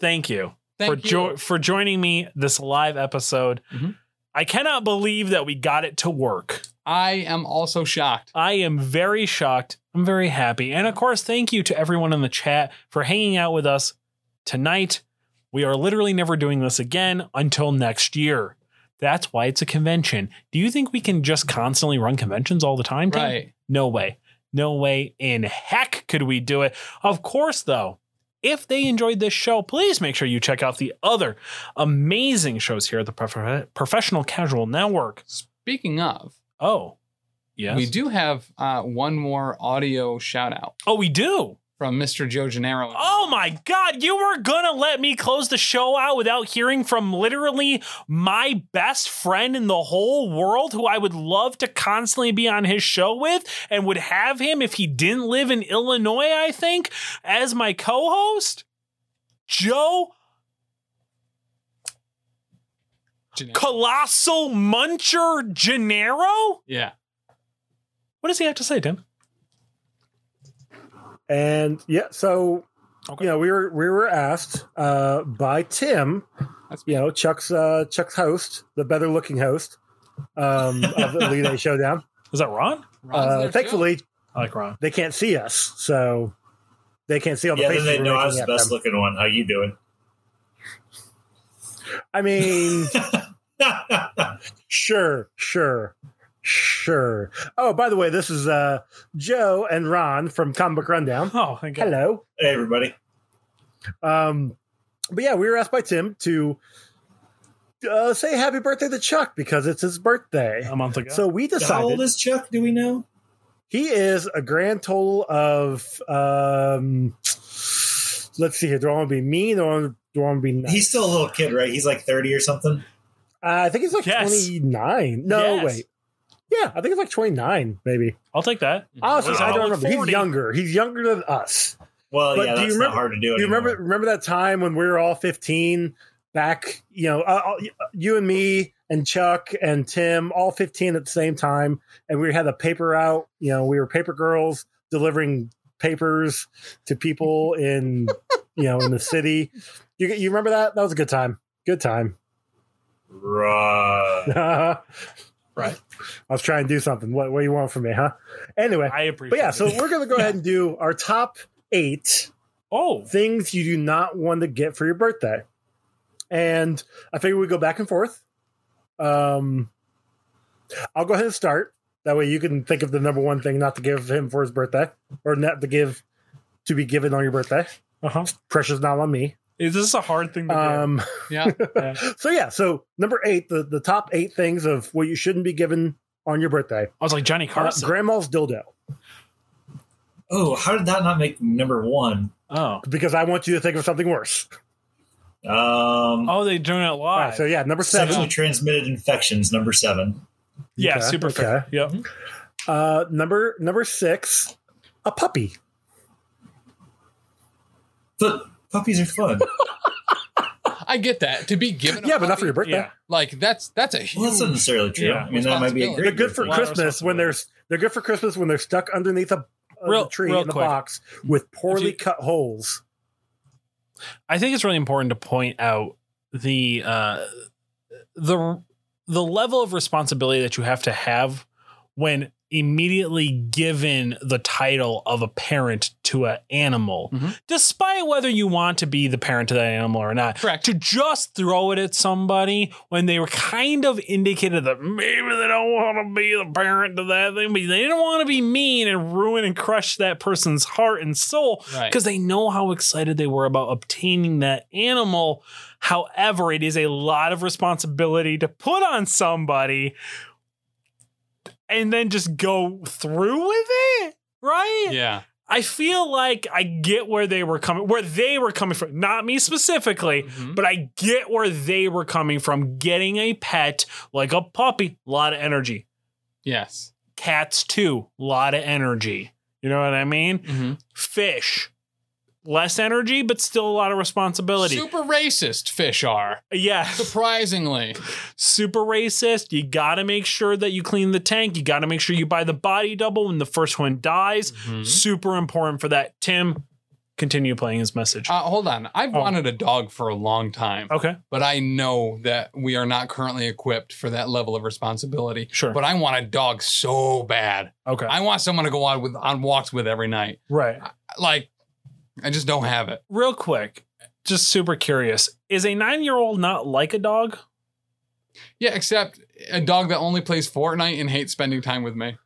thank you Thank for jo- you. for joining me this live episode. I cannot believe that we got it to work. I am also shocked. I am very shocked. I'm very happy. And of course, thank you to everyone in the chat for hanging out with us tonight. We are literally never doing this again until next year. That's why it's a convention. Do you think we can just constantly run conventions all the time? Tim? Right. No way. No way in heck could we do it. Of course, though, if they enjoyed this show, please make sure you check out the other amazing shows here at the Prof- Professional Casual Network. Speaking of, oh, yes. We do have uh, one more audio shout out. Oh, we do. From Mr. Joe Gennaro. Oh my God, you were gonna let me close the show out without hearing from literally my best friend in the whole world who I would love to constantly be on his show with and would have him if he didn't live in Illinois, I think, as my co host? Joe Colossal Muncher Gennaro? Yeah. What does he have to say, Tim? And yeah, so you know, we were we were asked uh, by Tim, you know, Chuck's uh, Chuck's host, the better looking host um, of the Elite Eight Showdown. Is that Ron? Ron's there Uh, too. thankfully, I like Ron. They can't see us, so they can't see all the yeah, then faces. they we're know I making was the at best them. looking one. How you doing? I mean, sure, sure, sure. Oh, by the way, this is uh, Joe and Ron from Comic Book Rundown. Oh, thank God. hello. Hey, everybody. Um, but yeah, we were asked by Tim to uh, say happy birthday to Chuck because it's his birthday a month ago. So we decided. How old is Chuck? Do we know? He is a grand total of. Um, let's see here. Do I want to be mean or do I want to be nice? He's still a little kid, right? He's like 30 or something. Uh, I think he's like Yes. 29. No, Yes. wait. Yeah, I think it's like 29, maybe. I'll take that. Honestly, I Wow. don't remember. 40. He's younger. He's younger than us. Well, yeah, that's not hard to do You remember remember that time when we were all 15 back, you know, uh, uh, you and me and Chuck and Tim, all 15 at the same time, and we had a paper out, you know, we were paper girls delivering papers to people in, you know, in the city. You you remember that? That was a good time. Good time. Right. right. I was trying to do something. What what do you want from me, huh? Anyway, I appreciate. But yeah, it. so we're gonna go ahead and do our top eight. Oh, things you do not want to get for your birthday, and I figure we go back and forth. Um, I'll go ahead and start. That way, you can think of the number one thing not to give him for his birthday, or not to give to be given on your birthday. Uh-huh. Pressure's not on me. Is this a hard thing to do? Um, yeah. so yeah. So number eight, the the top eight things of what you shouldn't be given on your birthday. I was like uh, Johnny Carson. grandma's dildo. Oh, how did that not make number one? Oh, because I want you to think of something worse. Um, oh, they doing it live. ah, so yeah, number seven. Sexually transmitted infections, number seven. Yeah, Okay, super okay. fair. Yep. Uh, number number six, a puppy. But puppies are fun. I get that. To be given a Yeah, but not for your puppy, birthday. Yeah. Like that's that's a huge Well, that's not necessarily true. I mean, that might be a They're great good for Christmas when they're they're good for Christmas when they're stuck underneath a, a Real- tree real in a quick. box with poorly cut holes. I think it's really important to point out the uh, the the level of responsibility that you have to have when immediately given the title of a parent to an animal, despite whether you want to be the parent to that animal or not. Correct. To just throw it at somebody when they were kind of indicated that maybe they don't want to be the parent to that thing, but they didn't want to be mean and ruin and crush that person's heart and soul Right. because they know how excited they were about obtaining that animal. However, it is a lot of responsibility to put on somebody and then just go through with it, right? Yeah. I feel like I get where they were coming where they were coming from, not me specifically, Mm-hmm. but I get where they were coming from getting a pet like a puppy, a lot of energy. Yes. Cats too, a lot of energy. You know what I mean? Mm-hmm. Fish, less energy but still a lot of responsibility. Super racist fish are. Yeah. Surprisingly. Super racist. You got to make sure that you clean the tank. You got to make sure you buy the body double when the first one dies. Mm-hmm. Mm-hmm. Super important for that. Tim, continue playing his message. Uh, hold on. Oh. I've wanted a dog for a long time. Okay. But I know that we are not currently equipped for that level of responsibility. Sure. But I want a dog so bad. Okay. I want someone to go on with on walks with every night. Right. Like, I just don't have it. Real quick, just super curious. Is a nine year old not like a dog? Yeah, except a dog that only plays Fortnite and hates spending time with me.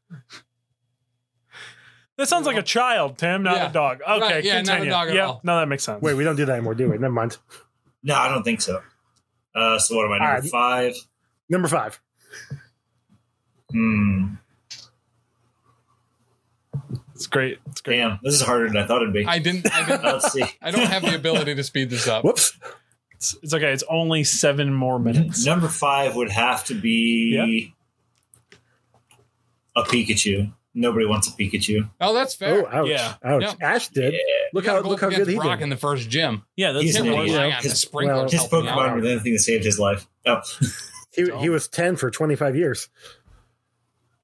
That sounds like a child, Tim, not Yeah. a dog. Okay, Right, yeah, not a continue. dog at Yep, all. No, that makes sense. Wait, we don't do that anymore, do we? Never mind. No, I don't think so. Uh, so what am I All number right. five? Number five. Hmm. It's great. It's great. Damn, this is harder than I thought it'd be. I didn't. I, didn't, Let's see. I don't have the ability to speed this up. Whoops. It's, it's okay. It's only seven more minutes. Number five would have to be a Pikachu. Nobody wants a Pikachu. Oh, that's fair. Oh, ouch. Yeah. Ouch. Yeah. Ash did. Look You gotta how go look how up good against he Brock did. in the first gym. Yeah, that's- He's an Yeah, idiot. well, yeah. His, Well- his helping out. Pokemon were the only thing that saved his life. Oh, He, he was 10 for 25 years.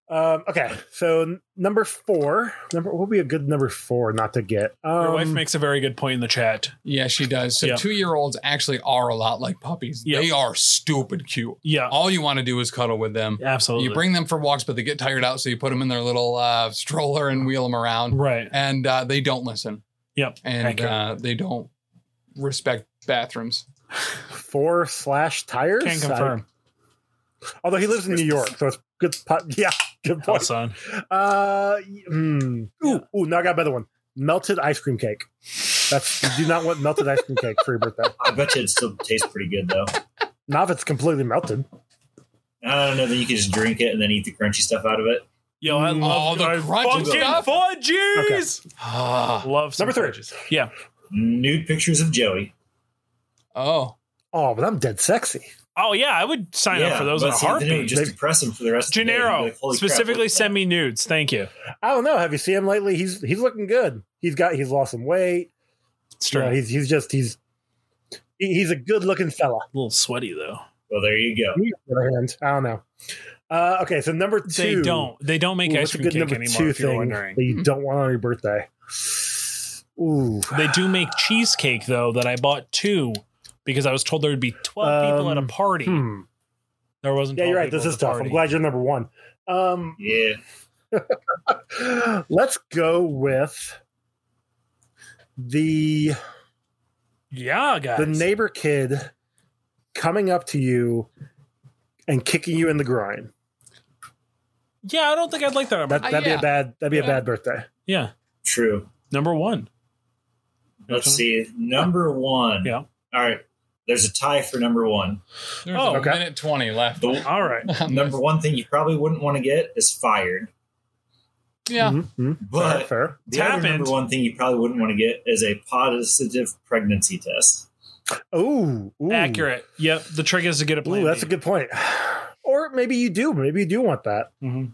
Um, okay, so n- number four. Number what would be a good number four not to get? Um, Your wife makes a very good point in the chat. Yeah, she does. So Yeah. two year olds actually are a lot like puppies. They are stupid cute. Yeah. All you want to do is cuddle with them. Absolutely. You bring them for walks, but they get tired out, so you put them in their little uh, stroller and wheel them around. Right. And uh, they don't listen. Yep. And Accurate. uh, they don't respect bathrooms. four slash tires. Can confirm. I- although he lives in New York, so it's good. Po- yeah, good point. son. Uh, y- mm, ooh, ooh, now I got a better one. Melted ice cream cake. That's you do not want melted ice cream cake for your birthday. I bet you it still tastes pretty good though. Not if it's completely melted. I don't know. Then you can just drink it and then eat the crunchy stuff out of it. Yo, I love Mm. All the Ah. I crunchy fucking stuff. fudgies. Love some Number three. fudges. Yeah. Nude pictures of Joey. Oh. Oh, but I'm dead sexy. Oh yeah, I would sign up Yeah, for those but in a see, then it would heartbeat. Just impress him for the rest. Gennaro, of the day. He'd be like, "Holy crap, specifically send me nudes. Thank you. I don't know. Have you seen him lately? He's he's looking good. He's got he's lost some weight. true. You know, he's he's just he's he- he's a good looking fella. A little sweaty though. Well, there you go. On the other hand, I don't know. Uh, okay, so number two. They don't. They don't make Ooh, ice what's a cream good cake number anymore. two if you're thing wondering, Mm-hmm. that you don't want on your birthday. Ooh, they do make cheesecake though. That I bought two because I was told there would be twelve people at a Um, party. hmm. There wasn't. Yeah, 12 you're right. people This at is the tough. party. I'm glad you're number one. Um, Yeah. let's go with the Yeah, guys. the neighbor kid coming up to you and kicking you in the groin. yeah, I don't think I'd like that. That, that'd be a bad. That'd be a bad birthday. Yeah. True. Number one. Let's see. Number one. Yeah. All right. There's a tie for number one. There's Oh, a okay. minute 20 left. The- All right. number one thing you probably wouldn't want to get is fired. Yeah. But Mm-hmm, fair. the other number one thing you probably wouldn't want to get is a positive pregnancy test. Oh, accurate. Yep. The trick is to get a plan. Ooh, that's a good point. Or maybe you do. Maybe you do want that. Mm-hmm.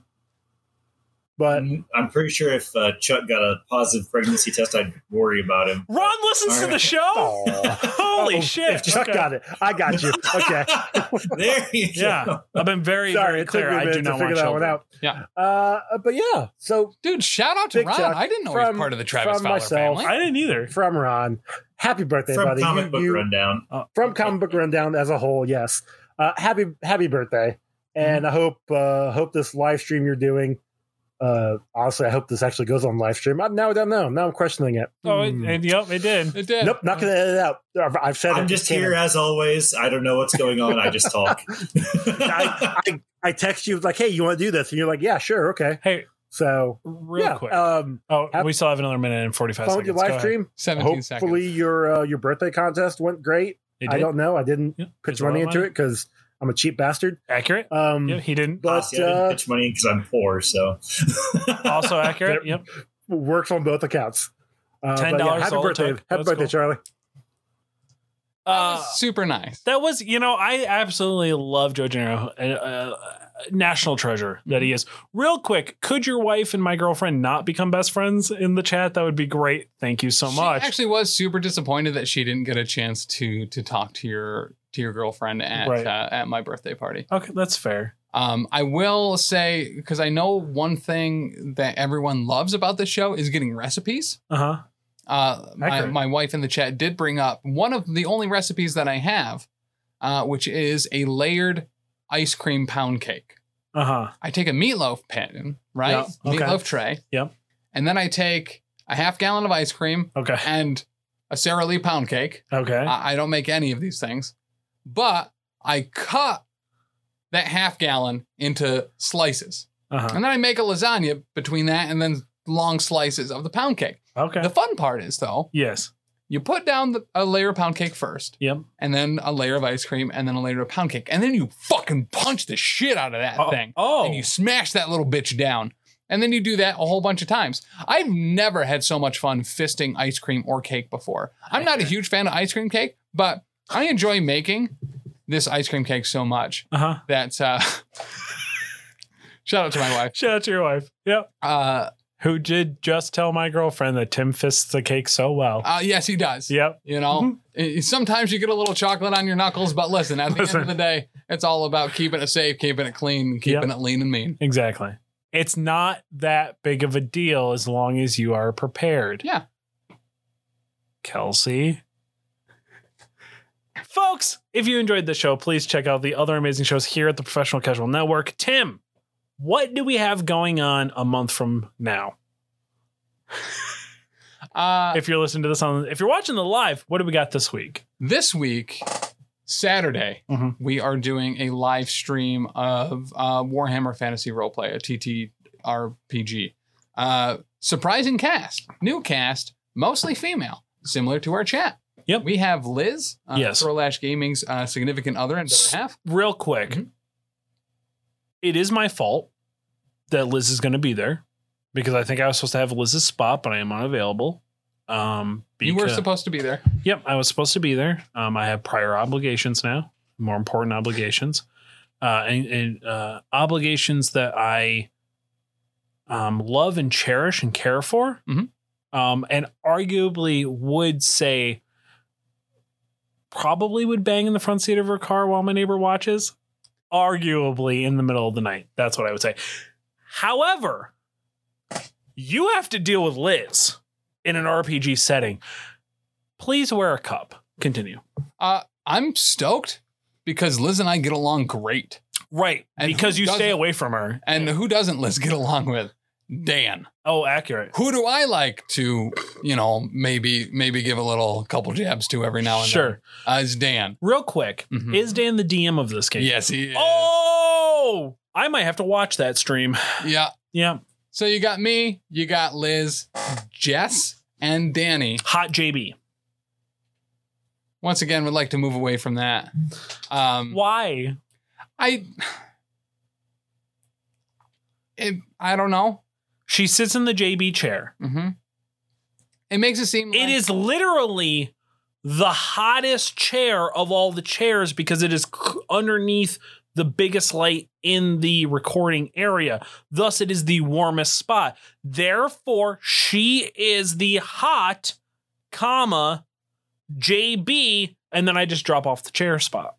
But Uh, I'm pretty sure if uh, Chuck got a positive pregnancy test, I'd worry about him. Ron listens to the show. Holy shit! If Chuck Okay. got it. I got you. Okay. there you Yeah, I've been very, very Sorry, it took me clear. a I minute do to not figure want that children. one out. Yeah. Uh, but yeah, so dude, shout out to Big Ron. Chuck I didn't know he was part of the Travis from Fowler family. I didn't either. From Ron, happy birthday, From buddy! Comic Book Rundown. Uh, From comic book rundown as a whole, yes. Mm-hmm. Uh, happy happy birthday, and I hope uh, hope this live stream you're doing Uh, honestly, I hope this actually goes on live stream. I, now I don't know. Now I'm questioning it. Oh, it, and yep, it did. It did. Nope, not gonna edit it out. I've, I've said it. I'm just Damn here it. as always. I don't know what's going on. I just talk. I, I, I text you like, "Hey, you want to do this?" And you're like, "Yeah, sure, okay." Hey, so real yeah, quick. Um, oh, we still have another minute and forty five fun seconds. with your Go live ahead. stream. Hopefully, your uh, your birthday contest went great. It I did. don't know. I didn't pitch a lot money of into money. it because I'm a cheap bastard. Accurate. Um, Yeah, he didn't. But See, I didn't uh, pitch money because I'm poor. So also accurate. yep. uh, works on both accounts. Uh, but yeah, $10 happy all it birthday! took. Happy That's birthday, cool. Charlie. Uh, super nice. That was, you know, I absolutely love Joe Gennaro, uh, uh, national treasure that Mm-hmm. he is. Real quick, could your wife and my girlfriend not become best friends in the chat? That would be great. Thank you so much. She actually was super disappointed that she didn't get a chance to to talk to your to your girlfriend at Right. uh, at my birthday party. Okay, that's fair. Um, I will say because I know one thing that everyone loves about this show is getting recipes. Uh huh. Uh, my, Accurate. my wife in the chat did bring up one of the only recipes that I have, uh, which is a layered ice cream pound cake. Uh huh. I take a meatloaf pan, right? Yeah, okay. Meatloaf tray. Yep. And then I take a half gallon of ice cream. Okay. And a Sara Lee pound cake. Okay. I, I don't make any of these things, but I cut that half gallon into slices. Uh-huh. And then I make a lasagna between that and then long slices of the pound cake. Uh, Okay. The fun part is though, Yes. you put down the, a layer of pound cake first. Yep. And then a layer of ice cream and then a layer of pound cake. And then you fucking punch the shit out of that thing. Oh. And you smash that little bitch down. And then you do that a whole bunch of times. I've never had so much fun fisting ice cream or cake before. I'm not a huge fan of ice cream cake, but I enjoy making this ice cream cake so much Uh-huh. that uh shout out to my wife. Shout out to your wife. Yep. Uh, Who did just tell my girlfriend that Tim fists the cake so well? Uh, yes, he does. Yep. You know, Eh, sometimes you get a little chocolate on your knuckles, but listen, at the Listen. end of the day, it's all about keeping it safe, keeping it clean, keeping Yep. it lean and mean. Exactly. It's not that big of a deal as long as you are prepared. Yeah. Kelsey. Folks, if you enjoyed the show, please check out the other amazing shows here at the Professional Casual Network. Tim, what do we have going on a month from now? Uh, if you're listening to this on, if you're watching the live, what do we got this week? This week, Saturday, Mm-hmm. we are doing a live stream of uh, Warhammer Fantasy Roleplay, a TTRPG. Uh, surprising cast, new cast, mostly female, similar to our chat. Yep. We have Liz, uh, Yes. Throwlash Gaming's uh, significant other and better half. Real quick, Mm-hmm. it is my fault that Liz is going to be there because I think I was supposed to have Liz's spot, but I am unavailable. Um, You were because- supposed to be there. Yep, I was supposed to be there. Um, I have prior obligations now, more important obligations, uh, and, and uh, obligations that I um, love and cherish and care for, um, and arguably would say probably would bang in the front seat of her car while my neighbor watches. Arguably in the middle of the night. That's what I would say. However, you have to deal with Liz in an RPG setting please wear a cup. Continue. Uh, I'm stoked because Liz and I get along great. Right. because who you stay doesn't? away from her. And who doesn't Liz get along with? Dan. Oh, accurate. Who do I like to, you know, maybe maybe give a little couple jabs to every now and Sure. then? Uh, is Dan. Mm-hmm. Real quick, is Dan the DM of this game? Yes, he is. Oh, I might have to watch that stream. Yeah. Yeah. So you got me, you got Liz, Jess, and Danny. Hot JB. Once again, would like to move away from that. Um, Why? I. It, I don't know. She sits in the JB chair. Mm-hmm. It makes it seem it is literally the hottest chair of all the chairs because it is c- underneath the biggest light in the recording area. Thus, it is the warmest spot. Therefore, she is the hot, comma, JB, and then I just drop off the chair spot.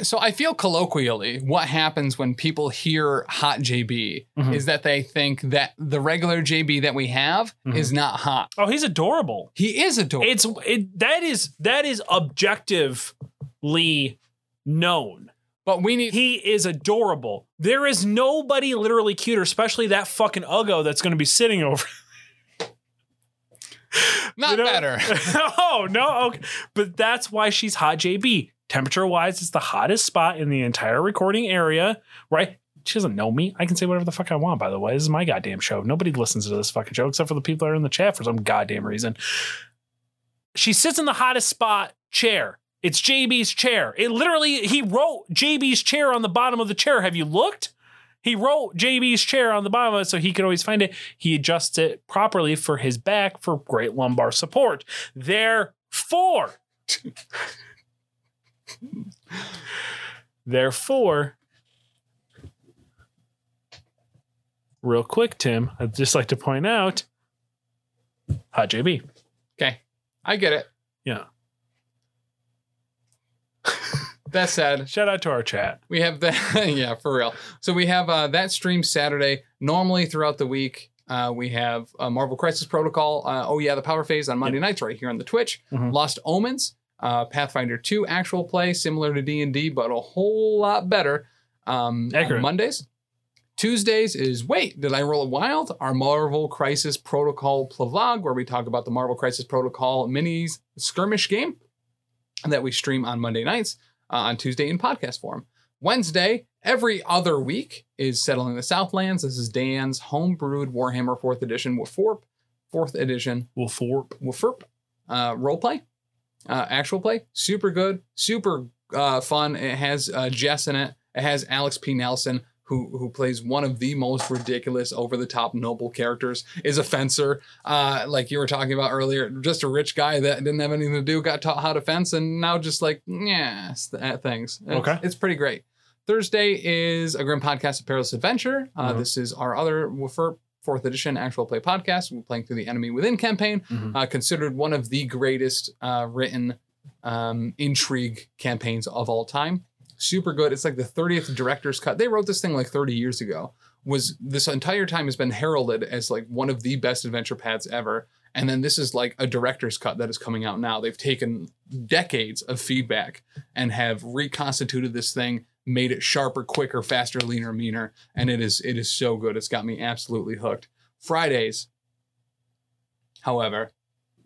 so I feel colloquially what happens when people hear hot JB Mhm. is that they think that the regular JB that we have is not hot. Oh, he's adorable. He is adorable. It's it, that is that is objectively known. But we need. He is adorable. There is nobody literally cuter, especially that fucking Uggo that's going to be sitting over. Not better. oh no, okay. but that's why she's hot. JB temperature wise, it's the hottest spot in the entire recording area. Right? She doesn't know me. I can say whatever the fuck I want. By the way, this is my goddamn show. Nobody listens to this fucking show except for the people that are in the chat for some goddamn reason. She sits in the hottest spot chair. It's JB's chair. It literally, he wrote JB's chair on the bottom of the chair. Have you looked? He wrote JB's chair on the bottom of it so he could always find it. He adjusts it properly for his back for great lumbar support. Therefore, therefore, real quick, Tim, I'd just like to point out hot JB. Okay. I get it. Yeah. That said, shout out to our chat. We have that, yeah, for real. So we have uh, that stream Saturday. Normally throughout the week, uh, we have uh, Marvel Crisis Protocol. Uh, oh yeah, the Power Phase on Monday nights right here on the Twitch. Mhm. Lost Omens, uh, Pathfinder Two actual play, similar to D and D, but a whole lot better. Um, on Accurate. Mondays. Tuesdays is Wait, Did I Roll It Wild? Our Marvel Crisis Protocol Plavlog, where we talk about the Marvel Crisis Protocol minis skirmish game that we stream on Monday nights, uh, on Tuesday in podcast form. Wednesday, every other week, is Settling the Southlands. This is Dan's homebrewed Warhammer 4th edition, Warforp, 4th edition, Warforp, Warforp uh, roleplay, uh, actual play. Super good, super uh, fun. It has uh, Jess in it. It has Alex P. Nelson, who who plays one of the most ridiculous, over the top noble characters. Is a fencer, uh, like you were talking about earlier. Just a rich guy that didn't have anything to do, got taught how to fence, and now just like yeah, s- at things. It's- Okay. it's pretty great. Thursday is a grim podcast of perilous adventure. Uh, Mhm. This is our other Woofer fourth edition actual play podcast. We're playing through the enemy within campaign, Mhm. uh, considered one of the greatest uh, written um, intrigue campaigns of all time. Super good. It's like the 30th director's cut. They wrote this thing like 30 years ago. Was this entire time has been heralded as like one of the best adventure paths ever. And then this is like a director's cut that is coming out now. They've taken decades of feedback and have reconstituted this thing, made it sharper, quicker, faster, leaner, meaner, and it is it is so good. It's got me absolutely hooked. Fridays, however,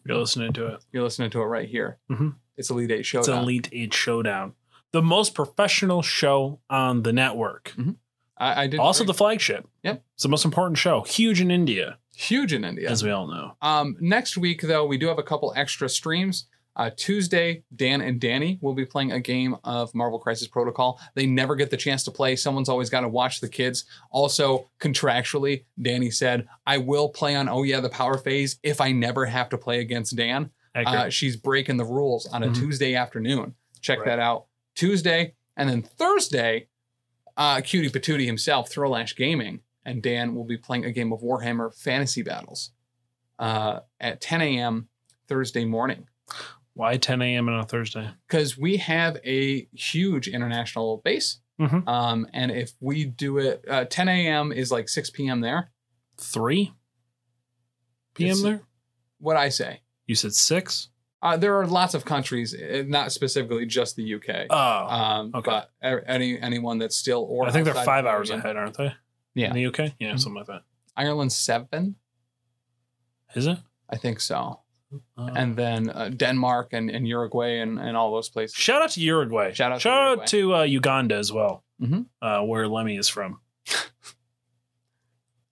You're listening to it. You're listening to it right here. Mhm. It's Elite Eight Showdown. It's Elite Eight Showdown, the most professional show on the network. I, I did also the flagship. Yep, it's the most important show. Huge in India. Huge in India, as we all know. Um, next week, though, we do have a couple extra streams. Uh, Tuesday, Dan and Danny will be playing a game of Marvel Crisis Protocol. They never get the chance to play. Someone's always got to watch the kids. Also, contractually, Danny said, I will play on Oh Yeah, the Power Phase if I never have to play against Dan. Accurate. Uh, she's breaking the rules on a Mhm. Tuesday afternoon. Check that out. Tuesday. And then Thursday, uh, Cutie Patootie himself, Throwlash Gaming, and Dan will be playing a game of Warhammer Fantasy Battles uh, at 10 a.m. Thursday morning Why 10 a.m. on a Thursday? because we have a huge international base. Mhm. Um, and if we do it, uh, 10 a.m. is like 6 p.m. there. 3 p.m. there? What I say. You said 6? Uh, there are lots of countries, eh, not specifically just the UK. Oh, um, okay. But eh, any anyone that's still or I think they're outside five the hours union. ahead, aren't they? Yeah. In the UK? Yeah, Mhm. something like that. Ireland's seven. Is it? I think so. Oh. and then uh, Denmark and, and Uruguay and, and all those places. Shout out to Uruguay. Shout out Shout out to uh, Uganda as well, Mhm. uh, where Lemmy is from.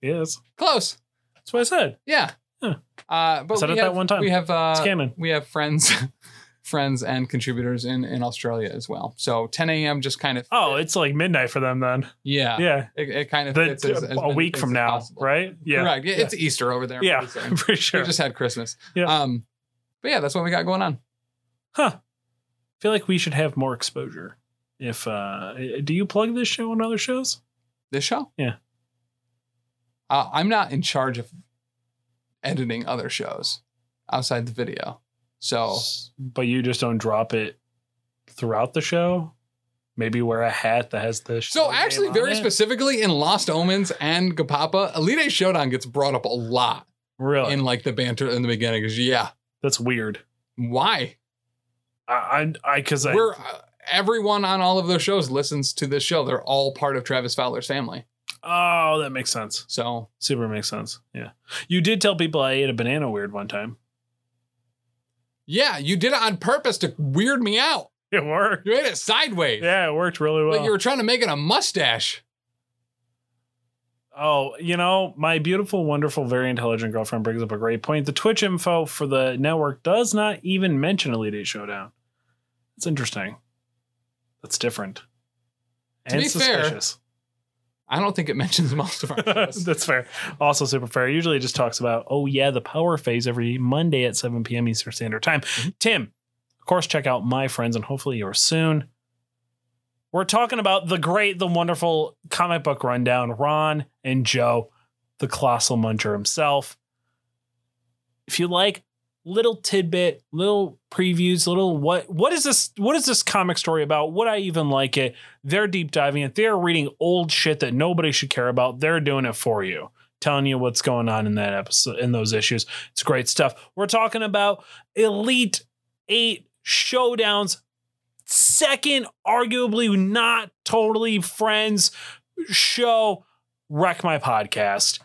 yes. Close. That's what I said. Yeah. Uh, but I said we it that have- one time. We have uh, Scamming. We have friends, friends and contributors in, in Australia as well. So 10 a.m. just kind of Oh, it's like midnight for them then. yeah Yeah. It, it kind of The- fits as, as a many week things from as now, possible. right? Yeah. Correct. Yeah, Yeah. It's Easter over there. Yeah, pretty soon. for sure. We just had Christmas. Yeah. Um, but yeah, that's what we got going on. I feel like we should have more exposure. If uh do you plug this show on other shows? This show. Yeah. Uh, I'm not in charge of editing other shows outside the video. So But you just don't drop it throughout the show? Maybe wear a hat that has the show So actually, name on very it? specifically in Lost Omens and Gapapa, Elite Eight Showdown gets brought up a lot. Really? In like the banter in the beginning, 'cause yeah, That's weird. Why? I I because I, We're uh, everyone on all of those shows listens to this show. They're all part of Travis Fowler's family. Oh, that makes sense. So super makes sense. Yeah, you did tell people I ate a banana weird one time. Yeah, you did it on purpose to weird me out. It worked. You ate it sideways. Yeah, it worked really well. Like you were trying to make it a mustache. Oh, you know, my beautiful, wonderful, very intelligent girlfriend brings up a great point. The Twitch info for the network does not even mention Elite Eight Showdown. It's interesting. That's different. To be fair, I don't think it mentions most of our shows. That's fair. Also super fair. Usually it just talks about, oh yeah, the power phase every Monday at 7 p.m. Eastern Standard Time. Tim, of course, check out my friends and hopefully yours soon. We're talking about the great, the wonderful comic book rundown, Ron and Joe, the colossal muncher himself. If you like little tidbit, little previews, little what what is this what is this comic story about? Would I even like it? They're deep diving it. They're reading old shit that nobody should care about. They're doing it for you. Telling you what's going on in that episode in those issues. It's great stuff. We're talking about Elite 8 Showdowns second arguably not totally friends show wreck my podcast.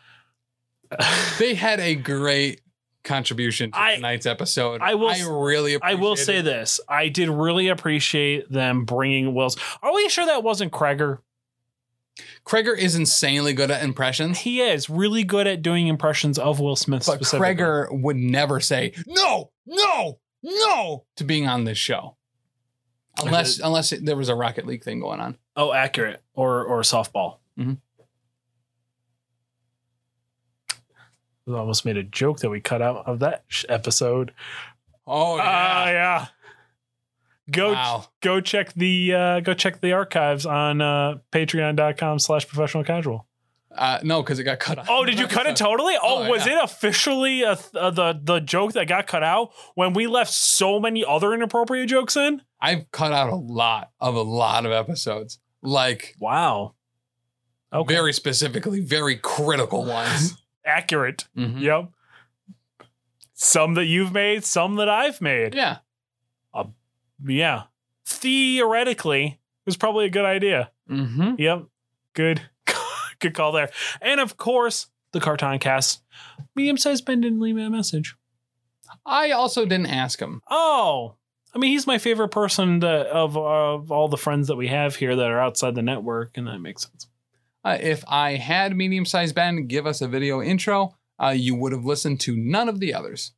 they had a great contribution to tonight's episode. I will. I really. I will say it. this: I did really appreciate them bringing Wills. Are we sure that wasn't Kreger? Kreger is insanely good at impressions. He is really good at doing impressions of Will Smith. But Kreger would never say no, no, no to being on this show, unless unless it, there was a Rocket League thing going on. Oh, accurate or or softball. Mm-hmm. Mhm. We almost made a joke that we cut out of that sh- episode. Ah, Oh yeah, yeah. Go Wow. go check the uh, go check the archives on uh, patreon.com slash professional casual. Uh, no, because it got cut off. Oh, did you cut it totally? Oh, Oh, was yeah. it officially a th- uh, the the joke that got cut out when we left so many other inappropriate jokes in? I've cut out a lot of a lot of episodes. Like wow, very specifically, very critical ones. Accurate. Mm-hmm. Yep. Some that you've made, some that I've made. Yeah. Uh, yeah. Theoretically, it was probably a good idea. Mm-hmm. Yep. Good. good call there. And of course, the Carton Cast. Medium sized Ben didn't leave me a message. I also didn't ask him. Oh, I mean, he's my favorite person to, of of all the friends that we have here that are outside the network, and that makes sense. Uh, if I had medium sized Ben give us a video intro, uh, you would have listened to none of the others.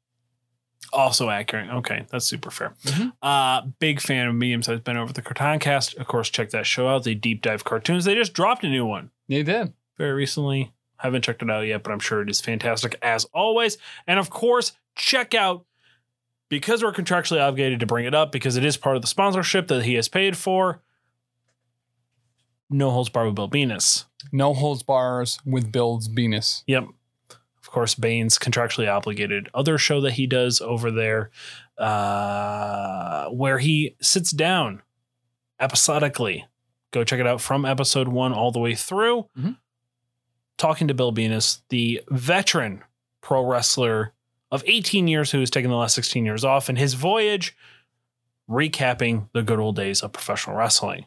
Also accurate. Okay, that's super fair. Uh, big fan of mediums. I've been over at the Cartoon Cast. Of course, check that show out. They deep dive cartoons. They just dropped a new one. They did very recently. Haven't checked it out yet, but I'm sure it is fantastic as always. And of course, check out because we're contractually obligated to bring it up because it is part of the sponsorship that he has paid for. No holds barred with Bill Venus. No holds bars with Bill's Venus. Yep. Of course, Bane's contractually obligated other show that he does over there, uh, where he sits down episodically. Go check it out from episode one all the way through. Talking to Bill Venus, the veteran pro wrestler of 18 years who has taken the last 16 years off, and his voyage recapping the good old days of professional wrestling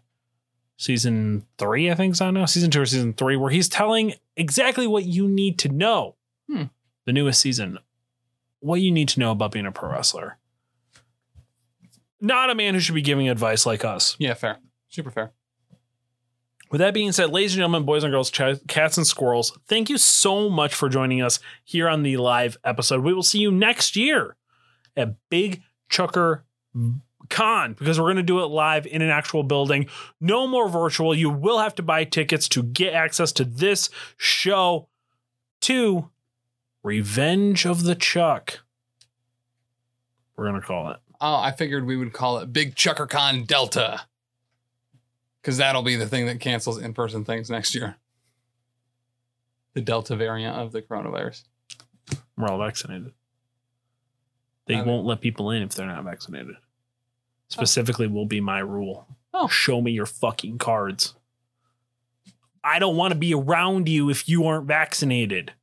season three, I think it's on now, season two or season three, where he's telling exactly what you need to know. Hmm. The newest season, what you need to know about being a pro wrestler. Not a man who should be giving advice like us. Yeah, fair. Super fair. With that being said, ladies and gentlemen, boys and girls, ch- cats and squirrels, thank you so much for joining us here on the live episode. We will see you next year at Big Chucker Con because we're going to do it live in an actual building. No more virtual. You will have to buy tickets to get access to this show. To Revenge of the Chuck. We're going to call it. Oh, I figured we would call it Big ChuckerCon Delta. Because that'll be the thing that cancels in person things next year. The Delta variant of the coronavirus. We're all vaccinated. They Okay. won't let people in if they're not vaccinated. Specifically, will be my rule. Oh. Show me your fucking cards. I don't want to be around you if you aren't vaccinated.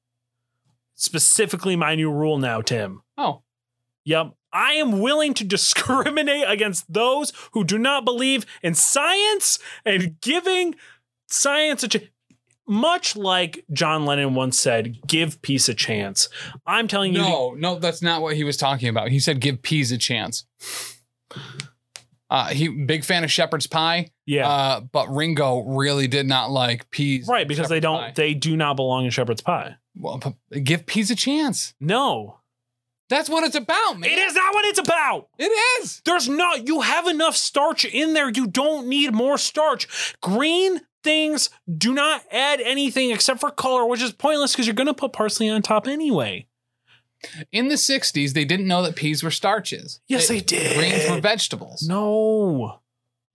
Specifically, my new rule now, Tim. Oh. Yep. I am willing to discriminate against those who do not believe in science and giving science a chance. Much like John Lennon once said, give peace a chance. I'm telling you. No, no, that's not what he was talking about. He said give peas a chance. Uh, he big fan of shepherd's pie. Yeah. Uh, but Ringo really did not like peas. Right, because they don't they do not belong in shepherd's pie. Well, p- give peas a chance. No. That's what it's about, man. It is not what it's about. It is. There's not you have enough starch in there. You don't need more starch. Green things do not add anything except for color, which is pointless because you're going to put parsley on top anyway. In the 60s, they didn't know that peas were starches. Yes, they did. Greens were vegetables. No.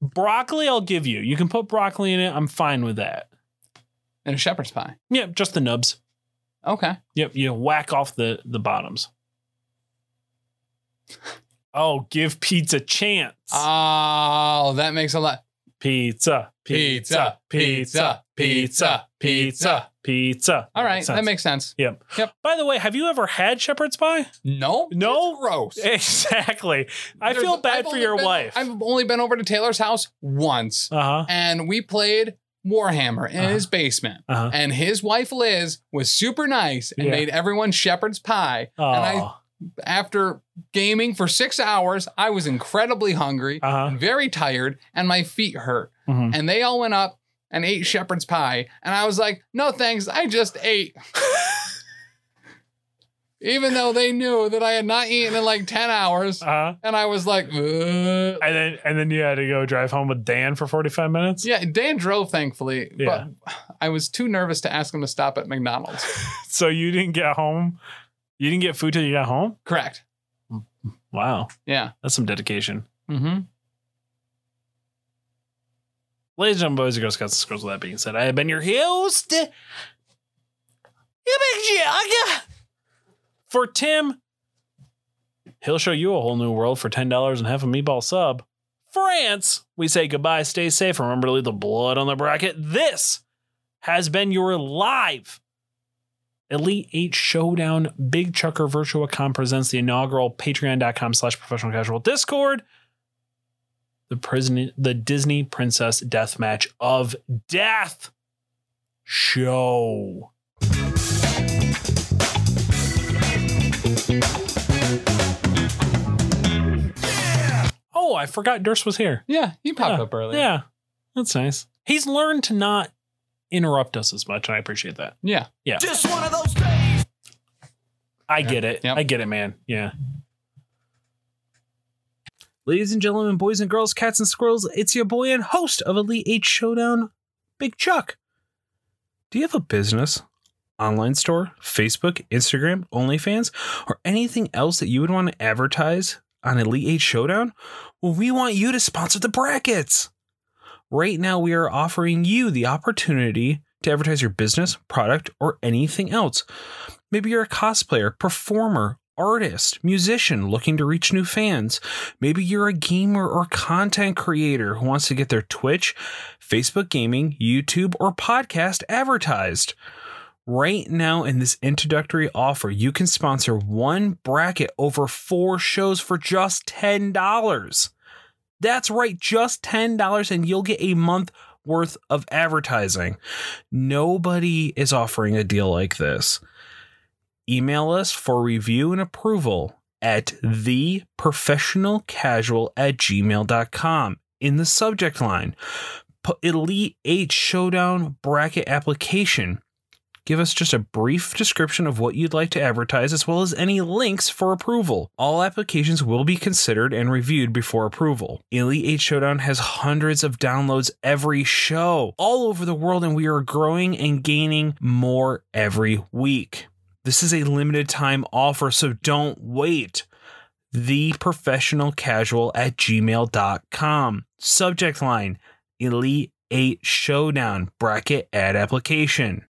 Broccoli, I'll give you. You can put broccoli in it. I'm fine with that. And a shepherd's pie. Yeah, just the nubs. Okay. Yep, you whack off the the bottoms. Oh, give pizza chance. Uh, Oh, that makes a lot. Pizza, pizza, pizza, pizza, pizza, pizza. All right, that makes sense. Yep. Yep. By the way, have you ever had shepherd's pie? No. No. Gross. Exactly. I There's- feel bad I've for only your been- wife. I've only been over to Taylor's house once, Uh huh. and we played Warhammer in his basement. Uh-huh. And his wife Liz was super nice and Yeah. made everyone shepherd's pie. And I, Aw. after gaming for six hours, I was incredibly hungry, Uh-huh. and very tired, and my feet hurt. Mhm. And they all went up and ate shepherd's pie, and I was like, "No thanks, I just ate." Even though they knew that I had not eaten in like ten hours, Uh-huh. and I was like, "Ugh." And then and then you had to go drive home with Dan for 45 minutes. Yeah, Dan drove, thankfully, Yeah. but I was too nervous to ask him to stop at McDonald's. So you didn't get home. You didn't get food till you got home? Correct. Wow. Yeah. That's some dedication. Mm-hmm. Ladies and gentlemen, boys and girls, scouts and squirrels, with that being said, I have been your host. You big jug. For Tim, he'll show you a whole new world for $10 and half a meatball sub. France, we say goodbye, stay safe, remember to leave the blood on the bracket. This has been your live Elite 8 Showdown Big Chucker VirtuaCon presents the inaugural patreon.com slash professional casual discord the prison the Disney Princess Death Match of Death show. Oh, I forgot Durst was here. Yeah, he popped Yeah, up early. Yeah. That's nice. He's learned to not interrupt us as much, and I appreciate that. Yeah. Yeah. Just one of those days. I get it. I get it, man. Yeah. Ladies and gentlemen, boys and girls, cats and squirrels, it's your boy and host of Elite Eight Showdown, Big Chuck. Do you have a business, online store, Facebook, Instagram, OnlyFans, or anything else that you would want to advertise on Elite Eight Showdown? Well, we want you to sponsor the brackets. Right now, we are offering you the opportunity to advertise your business, product, or anything else. Maybe you're a cosplayer, performer, artist, musician looking to reach new fans. Maybe you're a gamer or content creator who wants to get their Twitch, Facebook gaming, YouTube, or podcast advertised. Right now, in this introductory offer, you can sponsor one bracket over four shows for just $10. That's right, just $10 and you'll get a month worth of advertising. Nobody is offering a deal like this. Email us for review and approval at theprofessionalcasual at gmail.com in the subject line. Put Elite 8 Showdown Bracket Application. Give us just a brief description of what you'd like to advertise, as well as any links for approval. All applications will be considered and reviewed before approval. Elite 8 Showdown has hundreds of downloads every show all over the world, and we are growing and gaining more every week. This is a limited time offer, so don't wait theprofessionalcasual at gmail.com. Subject line Elite 8 Showdown bracket ad application.